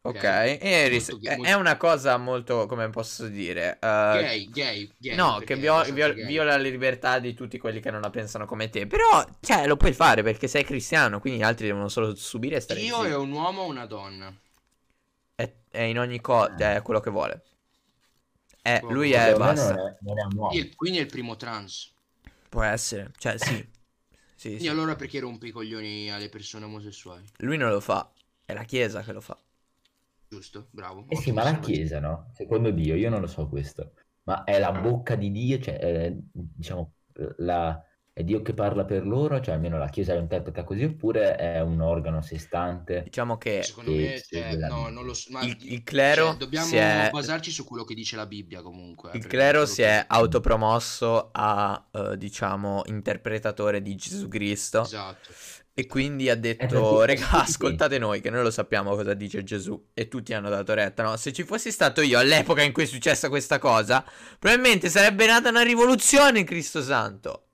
Ok,
Ok.
e ris-
Molto-
è-
molto-
è una cosa molto, come posso dire, eh,
Gay, gay, gay.
no,
perché
che
è
vio-
abbastanza
vio-
gay.
viola le libertà di tutti quelli che non la pensano come te. Però, cioè, lo puoi fare perché sei cristiano, quindi gli altri devono solo subire e stare
Dio
zitti.
è un uomo o una donna?
È, è in ogni cosa, è quello che vuole. Eh,
Boh,
lui è,
Secondo me
basta.
Non è, non è un uomo.
Quindi è- Quindi è il primo trans.
Può essere, cioè sì. Sì, sì.
Quindi allora perché rompe i coglioni alle persone omosessuali?
Lui non lo fa, è la chiesa che lo fa.
Giusto? Bravo.
Eh sì,
Ottima
ma la
osservazione.
Chiesa, no? Secondo Dio, io non lo so questo, ma è la bocca di Dio, cioè, eh, diciamo, la- è Dio che parla per loro, cioè almeno la Chiesa lo interpreta così, oppure è un organo a sé stante?
Diciamo che
Secondo
Sì,
me,
sì,
cioè,
veramente.
no, non lo so. Ma
il, il clero
cioè, dobbiamo
si è,
basarci su quello che dice la Bibbia comunque. eh,
il
perché
clero
quello
si
che-
è autopromosso a, eh, diciamo, interpretatore di Gesù Cristo.
Esatto.
E quindi ha detto,
perché-
regà, ascoltate noi, che noi lo sappiamo cosa dice Gesù. E tutti hanno dato retta, no? Se ci fossi stato io all'epoca in cui è successa questa cosa, probabilmente sarebbe nata una rivoluzione in Cristo Santo.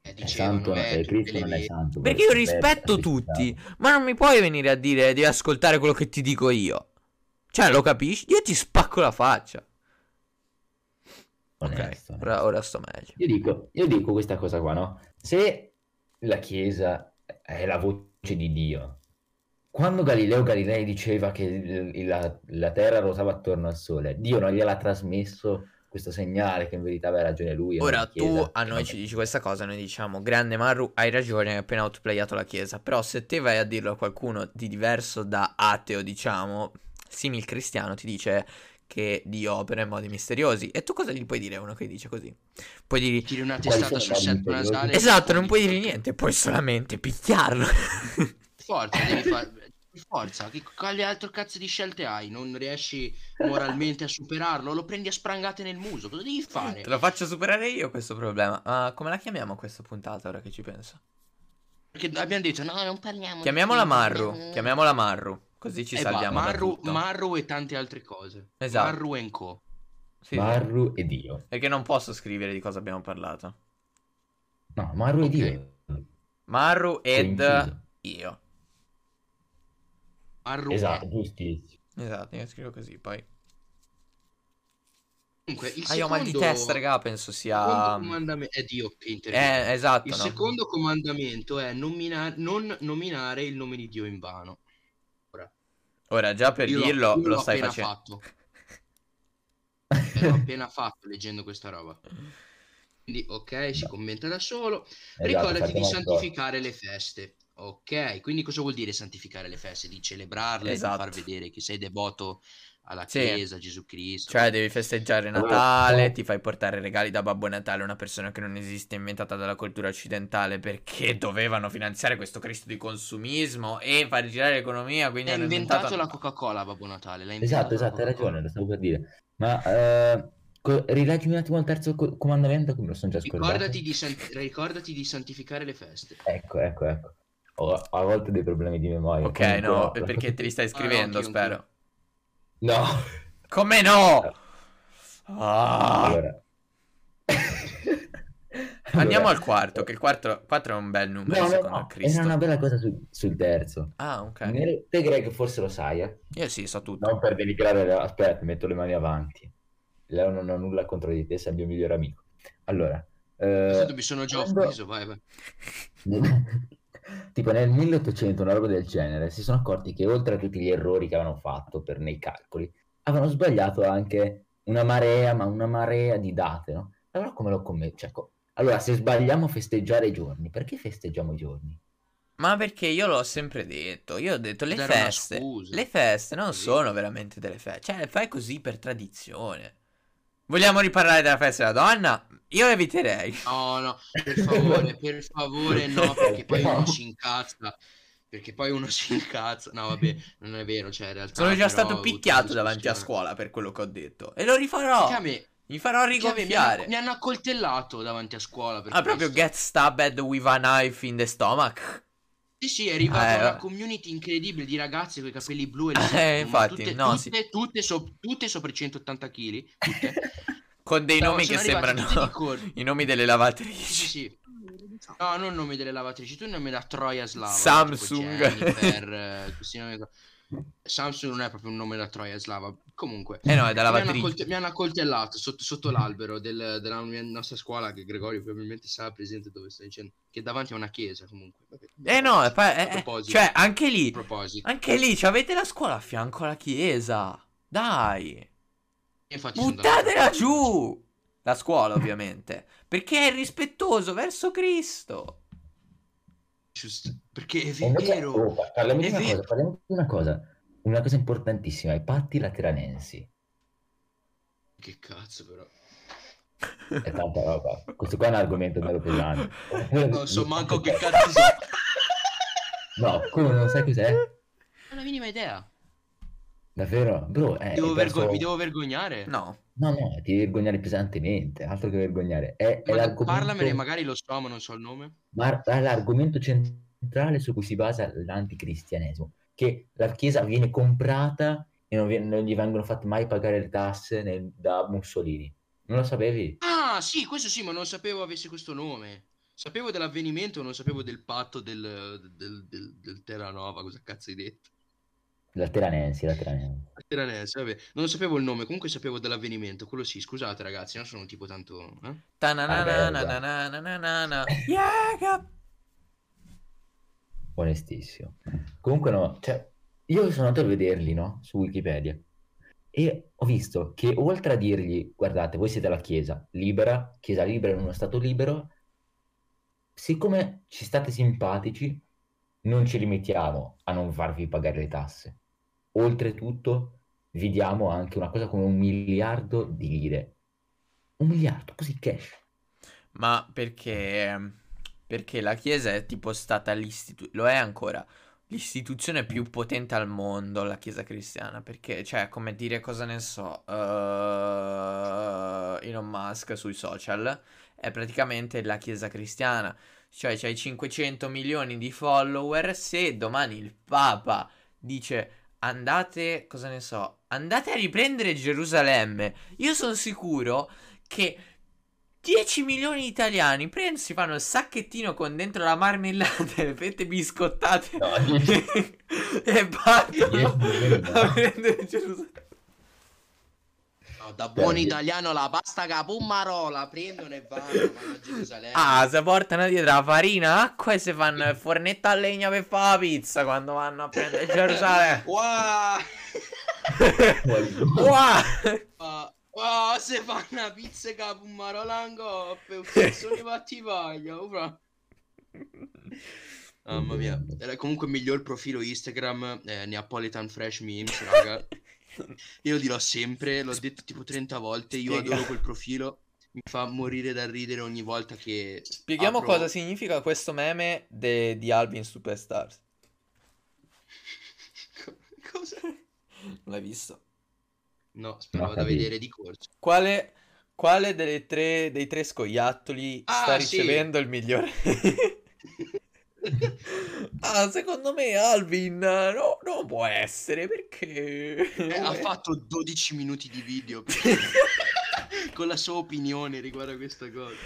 Eh,
È
dicevano,
santo, no?
eh,
Eh, Cristo
tutte le
non è
vie-
santo.
Perché io
questo è
rispetto
per-
tutti, ma non mi puoi venire a dire devi ascoltare quello che ti dico io. Cioè, lo capisci? Io ti spacco la faccia.
Onesto,
ok,
onesto.
ora, ora sto meglio.
Io dico, io dico questa cosa qua, no? Se la Chiesa è la voce di Dio, quando Galileo Galilei diceva che il- il- la, la Terra ruotava attorno al Sole, Dio non gliel'ha trasmesso questo segnale che in verità aveva ragione lui. e non
Ora
la
tu
Chiesa.
a noi ci dici questa cosa, noi diciamo grande Maru, hai ragione, hai appena outplayato la Chiesa, però se te vai a dirlo a qualcuno di diverso da ateo, diciamo, simil cristiano, ti dice che Dio opera in modi misteriosi e tu cosa gli puoi dire a uno che dice così? Puoi dirgli
Tiri una
Quali
testata sul
sono i
setto
periodi?
nasale.
Esatto, non puoi dirgli niente, puoi solamente picchiarlo.
Forza, devi fare. Forza, che quale altro cazzo di scelte hai? Non riesci moralmente a superarlo? Lo prendi a sprangate nel muso? Cosa devi fare?
Te lo faccio superare io questo problema. Ma come la chiamiamo questa puntata ora che ci penso?
Perché abbiamo detto, no, non parliamo.
Chiamiamola Marru,
Marru
chiamiamola Marru, così ci salviamo da
Eh, Marru,
tutto.
Marru e tante altre cose.
Esatto.
Marru and Co.
Sì, sì.
Marru e Dio.
Perché non posso scrivere di cosa abbiamo parlato.
No,
Ok.
Marru e Dio.
Maru ed
Coinciso.
io.
Marru
Esatto,
e-
giustissimo.
Esatto, io scrivo così poi.
Comunque, il
Ah, io ho mal di
secondo-
testa, raga, penso
il
sia...
secondo comandamento è Dio che interviene.
Eh, esatto,
Il
no?
secondo comandamento è nomina- non nominare il nome di Dio in vano. Ora,
Ora, già per
io l'ho-
dirlo,
io
lo
l'ho
stai
appena
facendo.
fatto. l'ho appena fatto leggendo questa roba. Quindi, ok, si commenta da solo.
Esatto,
Ricordati di santificare le feste. Ok, quindi cosa vuol dire santificare le feste? Di celebrarle,
Esatto.
di far vedere che sei devoto alla
Sì.
Chiesa, a Gesù Cristo.
Cioè, devi festeggiare
Allora,
Natale,
no.
ti fai portare regali da Babbo Natale, una persona che non esiste, inventata dalla cultura occidentale, perché dovevano finanziare questo Cristo di consumismo e far girare l'economia, quindi
ha
hanno
inventato
inventato...
la Coca-Cola, Babbo Natale. l'ha inventato
Esatto,
la
esatto, hai
Coca-Cola.
ragione, lo stavo per dire. Ma eh, co- rileggimi un attimo il terzo co- comandamento che me lo sono già scordato.
Ricordati di, san- ricordati di santificare le feste.
Ecco, ecco, ecco. Ho a volte dei problemi di memoria.
Ok,
comunque,
no,
la-
perché te li stai
Ah, no,
scrivendo,
anch'io,
spero.
No,
Come no? Ah!
allora.
Andiamo
Allora,
al quarto, che il quarto, quattro è un bel numero
No, no,
secondo
no,
Cristo.
era una bella cosa su- sul terzo.
Ah, ok.
Nel- Te Greg forse lo sai, eh?
Io sì, so tutto.
Non per denigrare, la- aspetta, metto le mani avanti. Leo non ha nulla contro di te, sei il mio migliore amico. Allora, eh,
Tanto mi sono già
quando-
offeso, vai, vai.
tipo nel 1800, una roba del genere, si sono accorti che oltre a tutti gli errori che avevano fatto per, nei calcoli, avevano sbagliato anche una marea, ma una marea di date, no? Allora come lo commetto? allora, se sbagliamo a festeggiare i giorni, perché festeggiamo i giorni?
Ma perché io l'ho sempre detto, io ho detto le
Dare una
feste,
scusa.
le feste non
Sì.
sono veramente delle feste, cioè le fai così per tradizione. Vogliamo riparlare della festa della donna? Io eviterei.
No, no, per favore, per favore, no, perché poi
No.
uno si incazza. Perché poi uno si incazza. No, vabbè, non è vero, cioè, in realtà...
Sono già
però ho
stato
avuto
picchiato
una
davanti a
discussione.
scuola per quello che ho detto e lo rifarò.
Anche a me,
Mi farò
anche a me, mi, hanno, mi
rigonfiare.
hanno accoltellato davanti a scuola per
Ah, proprio
questo.
get stabbed with a knife in the stomach.
Sì, sì, è arrivata
Eh,
una
eh.
community incredibile di ragazze con i capelli blu e le
Eh,
sette, ma
infatti,
tutte,
no, sì.
tutte, tutte so- tutte sopra i 180 kg,
Cioè,
tutte.
Con dei
Però
nomi che
sono arrivate tutte
sembrano
di corpo.
i nomi delle
Sì,
lavatrici.
sì. No, non nomi delle lavatrici, tu nomi da Troia Slava.
Samsung.
tipo Jennifer, eh, questi nomi qua. Samsung non è proprio un nome da Troia Slava. Comunque,
Eh no, è da
mi hanno,
lavatrice.
accolte- mi hanno accoltellato sotto, sotto l'albero del- della mia- nostra scuola, che Gregorio probabilmente sarà presente dove sto dicendo, che è davanti a una chiesa comunque. Vabbè.
Eh no, è pa- eh, eh,
proposito.
cioè anche
A
lì, Ah,
proposito,
anche lì c'avete la scuola a fianco alla chiesa. Dai,
infatti sono
buttatela
d'accordo.
giù. La scuola ovviamente, perché è rispettoso verso Cristo.
Giusto, Perché è
E invece-
vero.
oh, pa- parliamo,
è
di una
vero.
cosa, parliamo di una cosa, una cosa importantissima, i patti lateranensi.
Che cazzo però.
È Eh, tanta roba. Questo qua è un argomento bello pesante.
Non so manco che cazzo so.
No, come non sai cos'è?
Non ho la minima idea.
Davvero? Bro, eh,
Devo
è terzo-
vergo- mi devo vergognare.
No,
No, no, ti devi vergognare pesantemente, altro che vergognare. È, è
Ma
l'argomento,
parlamene, magari lo so, ma non so il nome.
mar- è l'argomento centrale su cui si basa l'anticristianesimo, che la Chiesa viene comprata e non, viene- non gli vengono fatte mai pagare le tasse nel- da Mussolini. Non lo sapevi?
Ah, sì, questo sì, ma non sapevo avesse questo nome. Sapevo dell'avvenimento, non sapevo del patto del, del, del, del Terra Nova, cosa cazzo hai detto?
Lateranensi, lateranensi.
Terra Nessa, vabbè. Non sapevo il nome, comunque sapevo dell'avvenimento, quello sì, scusate ragazzi, non sono tipo tanto... eh?
Tananananananananana. Yeah,
Onestissimo. Comunque no, cioè, io sono andato a vederli, no? Su Wikipedia. E E ho visto che oltre a dirgli, guardate, voi siete la Chiesa libera, Chiesa libera in uno Stato libero, siccome ci state simpatici, non ci limitiamo a non farvi pagare le tasse. Oltretutto, vi diamo anche una cosa come un miliardo di lire. Un miliardo, così cash.
Ma perché, ehm, perché la Chiesa è tipo stata l'istituzione, lo è ancora, l'istituzione più potente al mondo, la Chiesa cristiana, perché, cioè, come dire, cosa ne so, eh, Elon Musk sui social è praticamente la Chiesa cristiana, cioè c'hai 500 milioni di follower, se domani il Papa dice andate, cosa ne so, andate a riprendere Gerusalemme, io sono sicuro che... 10 milioni di italiani prendono, si fanno il sacchettino con dentro la marmellata e le fette biscottate
No,
e partono
milioni, no.
a prendere Gerusalemme.
No, da buon italiano la pasta capummarola prendono e vanno, vanno a Gerusalemme.
Ah, si portano dietro la farina, acqua e si fanno il fornetto a legna per fare la pizza quando vanno a prendere Gerusalemme.
Eh, Wow!
Wow!
wow, Ah, se fa una pizza capummarola ancora, per un pezzo di pattivaglio, ufra. Mamma mia, Era comunque il miglior profilo Instagram, eh, Neapolitan Fresh Memes, raga. Io dirò sempre, l'ho detto tipo 30 volte, io
Spiega.
adoro quel profilo, mi fa morire da ridere ogni volta che
Spieghiamo
apro-
cosa significa questo meme de- di Alvin Superstars.
cosa?
Non l'hai visto?
No, spero
No,
vado a
capito.
vedere di corso.
Quale, quale delle tre, dei tre scoiattoli
Ah,
sta
sì.
ricevendo il migliore? ah, secondo me Alvin no, non può essere perché...
Eh, ha
Eh,
fatto 12 minuti di video per- con la sua opinione riguardo a questa cosa.
eh,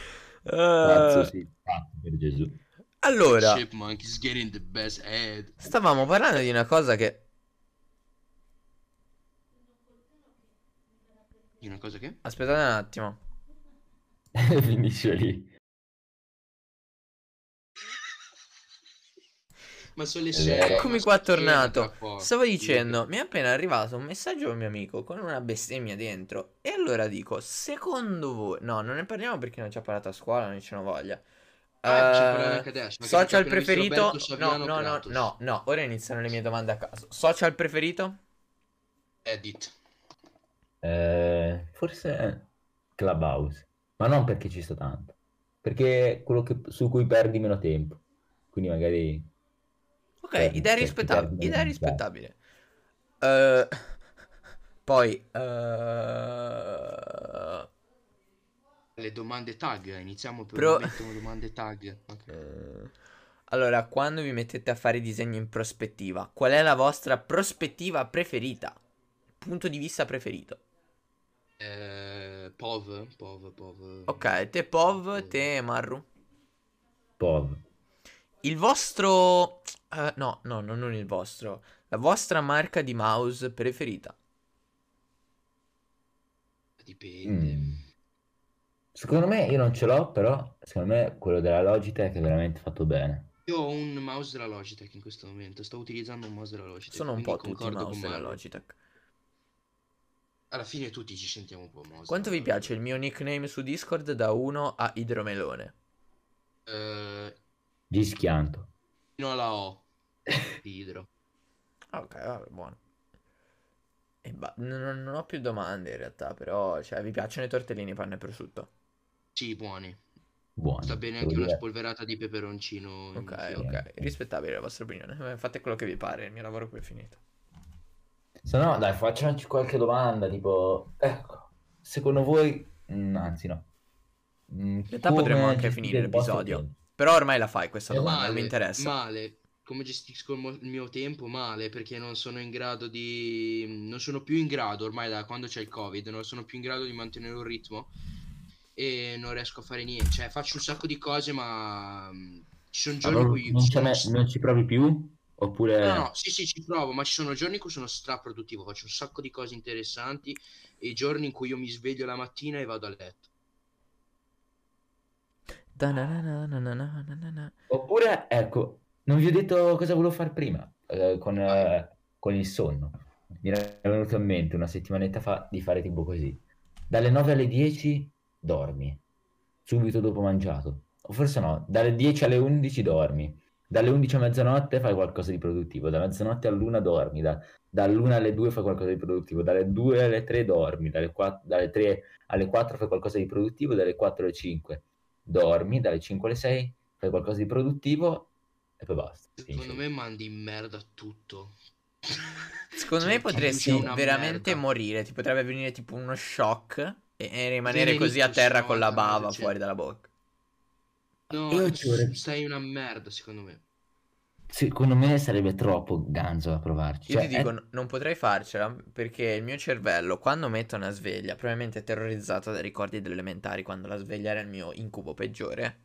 Cazzo, sì, cazzo, per Gesù.
allora,
Chipmunk is getting the best head.
stavamo parlando di una cosa che...
Di Una cosa che?
Aspettate un attimo.
Finisce lì.
Ma sono le
Eh,
6.
eccomi qua tornato.
Oh,
Stavo dicendo, mi è appena arrivato un messaggio da un mio amico con una bestemmia dentro. E allora dico, secondo voi... No, non ne parliamo perché non ci ha parlato a scuola, non ce n'ho voglia. Eh, Social preferito? No, no, no, no, no, ora iniziano le mie domande a caso. Social preferito?
Edit.
Eh, forse Clubhouse, ma non perché ci sto tanto, perché è quello che- su cui perdi meno tempo. Quindi magari
Ok,
Beh,
idea
sì,
rispettabile.
perché
Idea
perdi-
rispettabile. Eh, poi... eh,
Le domande tag, iniziamo per
Pro-
un momento con domande tag. Ok.
eh, allora, quando vi mettete a fare disegno in prospettiva, qual è la vostra prospettiva preferita? Punto di vista preferito.
Eh, POV, POV, POV.
Ok, te Pov, te Marru.
POV.
Il vostro... eh, no, no, no, non il vostro. La vostra marca di mouse preferita.
Dipende.
Mm. Secondo me io non ce l'ho, però secondo me quello della Logitech è veramente fatto bene.
Io ho un mouse della Logitech in questo momento, sto utilizzando un mouse della Logitech.
Sono un
quindi
po' tutti i
concordo
mouse
con
della
Mario.
Logitech.
Alla fine tutti ci sentiamo un po' mouse.
Quanto vi
della
piace il mio nickname su Discord da 1 a idromelone?
Logitech. Eh,
Gischianto.
fino alla O. Idro.
Ah, Ok, vabbè, buono. E ba- non, non- non ho più domande in realtà, però... Cioè, vi piacciono i tortellini panna e prosciutto?
Sì, buoni.
Buono.
Sta bene
devo
anche una
dire.
spolverata di peperoncino. in
Ok,
fiocchi.
ok. Rispettabile la vostra opinione. Eh, Fate quello che vi pare, il mio lavoro qui è finito.
Se no, dai, facciamoci qualche domanda, tipo, ecco, secondo voi, mm, anzi no. Mm, In
realtà potremmo anche finire l'episodio. Però ormai la fai questa
Eh,
domanda, non
male,
mi interessa.
Male. Come gestisco il mo- il mio tempo? Male, perché non sono in grado di... Non sono più in grado, ormai da quando c'è il Covid, non sono più in grado di mantenere un ritmo e non riesco a fare niente. Cioè, faccio un sacco di cose, ma... mm, Ci sono giorni in cui...
non, ce
sono
ne- non ci provi più? Oppure...
No, no, sì, sì, ci provo, ma ci sono giorni in cui sono straproduttivo, faccio un sacco di cose interessanti e i giorni in cui io mi sveglio la mattina e vado a letto.
Da-na-na-na-na-na-na-na-na.
Oppure, ecco, non vi ho detto cosa volevo fare prima eh, con, eh, con il sonno. mi era venuto in mente una settimanetta fa di fare tipo così. Dalle 9 alle 10 dormi, subito dopo mangiato. O forse no, dalle 10 alle 11 dormi, dalle 11 a mezzanotte fai qualcosa di produttivo, da mezzanotte all'una dormi, da, dall'una alle 2 fai qualcosa di produttivo, dalle 2 alle 3 dormi, dalle, 4, dalle 3 alle 4 fai qualcosa di produttivo, dalle 4 alle 5 dormi, dalle 5 alle 6 fai qualcosa di produttivo e poi basta.
Secondo me mandi in merda tutto.
Secondo
Cioè,
me
ti dice
potresti
una
veramente
merda.
morire, ti potrebbe venire tipo uno shock e, e rimanere così a
tutto
terra
storto,
con la bava
cioè.
fuori dalla bocca.
No, eh,
Io ci vorrei-
sei una merda, secondo me.
Secondo me sarebbe troppo ganzo da provarci.
Io
Cioè,
ti
è-
dico, n- non potrei farcela perché il mio cervello, quando metto una sveglia, probabilmente è terrorizzato dai ricordi delle elementari, quando la sveglia era il mio incubo peggiore.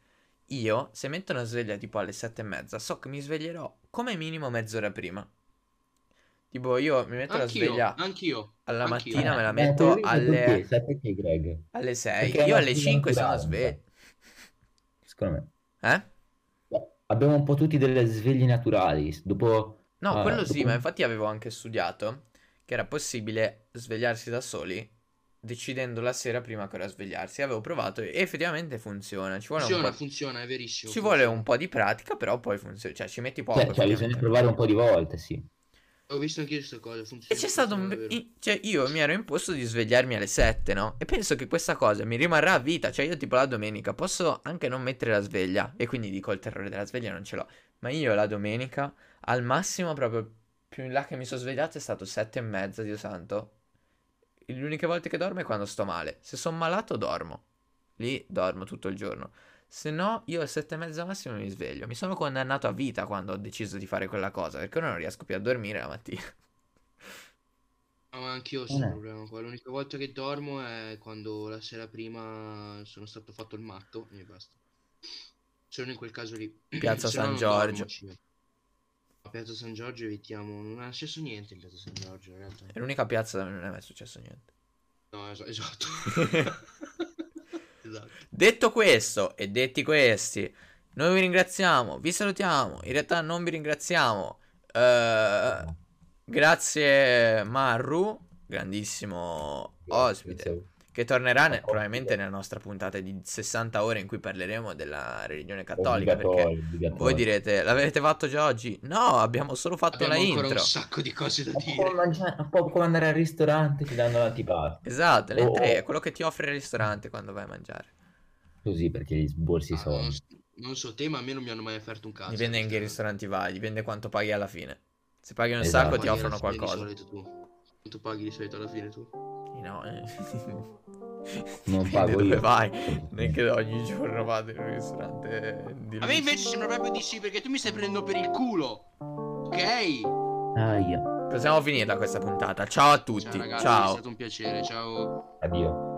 Io, se metto una sveglia tipo alle sette e mezza, so che mi sveglierò come minimo mezz'ora prima. Tipo, io mi metto la
Anch'io,
sveglia
anch'io.
alla
anch'io.
mattina, me la
eh,
metto
eh,
alle-
perché? Sai perché, Greg?
alle 6.
Perché è
Io
una
alle
sveglia
5 sono
naturale,
sveglio.
Secondo me.
Eh?
Beh, Abbiamo un po' tutti delle sveglie naturali. Dopo...
No,
Ah,
quello sì,
dopo-
ma infatti avevo anche studiato che era possibile svegliarsi da soli decidendo la sera prima che ora svegliarsi. Avevo provato e effettivamente funziona. Ci vuole un
Funziona,
po',
funziona, è verissimo.
ci vuole
funziona.
un po' di pratica, però poi funziona. Cioè, ci metti poco.
Cioè, cioè, bisogna
effettivamente.
provare un po' di volte, sì.
Ho visto anch'io queste cose, funziona.
E c'è stato un...
funziona davvero.
i- Cioè, io mi ero imposto di svegliarmi alle 7, no? E penso che questa cosa mi rimarrà a vita. Cioè, io tipo la domenica posso anche non mettere la sveglia. E quindi dico il terrore della sveglia non ce l'ho. Ma io la domenica, al massimo, proprio più in là che mi sono svegliato è stato 7 e mezza, Dio santo. E L'unica volta che dormo è quando sto male. Se sono malato dormo. Lì dormo tutto il giorno. Se no, io alle sette e mezza massimo mi sveglio. Mi sono condannato a vita quando ho deciso di fare quella cosa, perché ora non riesco più a dormire la mattina.
No, ma anch'io ho questo
Eh.
problema qua. L'unica volta che dormo è quando la sera prima sono stato fatto il matto e basta. Solo in quel caso lì.
Piazza
Se
San
no non
Giorgio.
dormo, ci- A Piazza San Giorgio evitiamo. Non è successo niente in Piazza San Giorgio, in realtà.
È l'unica piazza dove non è mai successo niente.
No, es- esatto. esatto.
Detto questo e detti questi, noi vi ringraziamo, vi salutiamo. In realtà non vi ringraziamo. Eh, grazie Marru, grandissimo ospite,
Cioè,
che tornerà ne- probabilmente nella nostra puntata di 60 ore in cui parleremo della religione cattolica. Perché voi direte, l'avete fatto già oggi? No, abbiamo solo fatto
Abbiamo
la
ancora
intro.
un sacco di cose da
Un po'
dire.
mangiare- un po' come andare al ristorante ti danno l'antipasto.
Esatto, le
Oh,
tre,
oh.
è quello che ti offre il ristorante quando vai a mangiare.
Così perché gli sborsi
Ah,
sono.
non, non so te, ma a me non mi hanno mai offerto un cazzo. cioè,
Dipende in che
Questa-
ristoranti vai, dipende quanto paghi alla fine. Se paghi un sacco
Esatto.
ti
Paghi alla
offrono
fine di
qualcosa.
solito tu. Quanto paghi di solito alla fine tu?
No, eh.
Non
Dipende
pago
dove
io.
vai. Non è che ogni giorno vado in un ristorante di
A me
lusso.
invece sembra proprio di sì perché tu mi stai prendendo per il culo. Ok? Cioè,
Ah, io.
Possiamo finirla questa puntata. Ciao a tutti.
Ciao ragazzi, è
Ciao.
stato un piacere. Ciao.
Addio.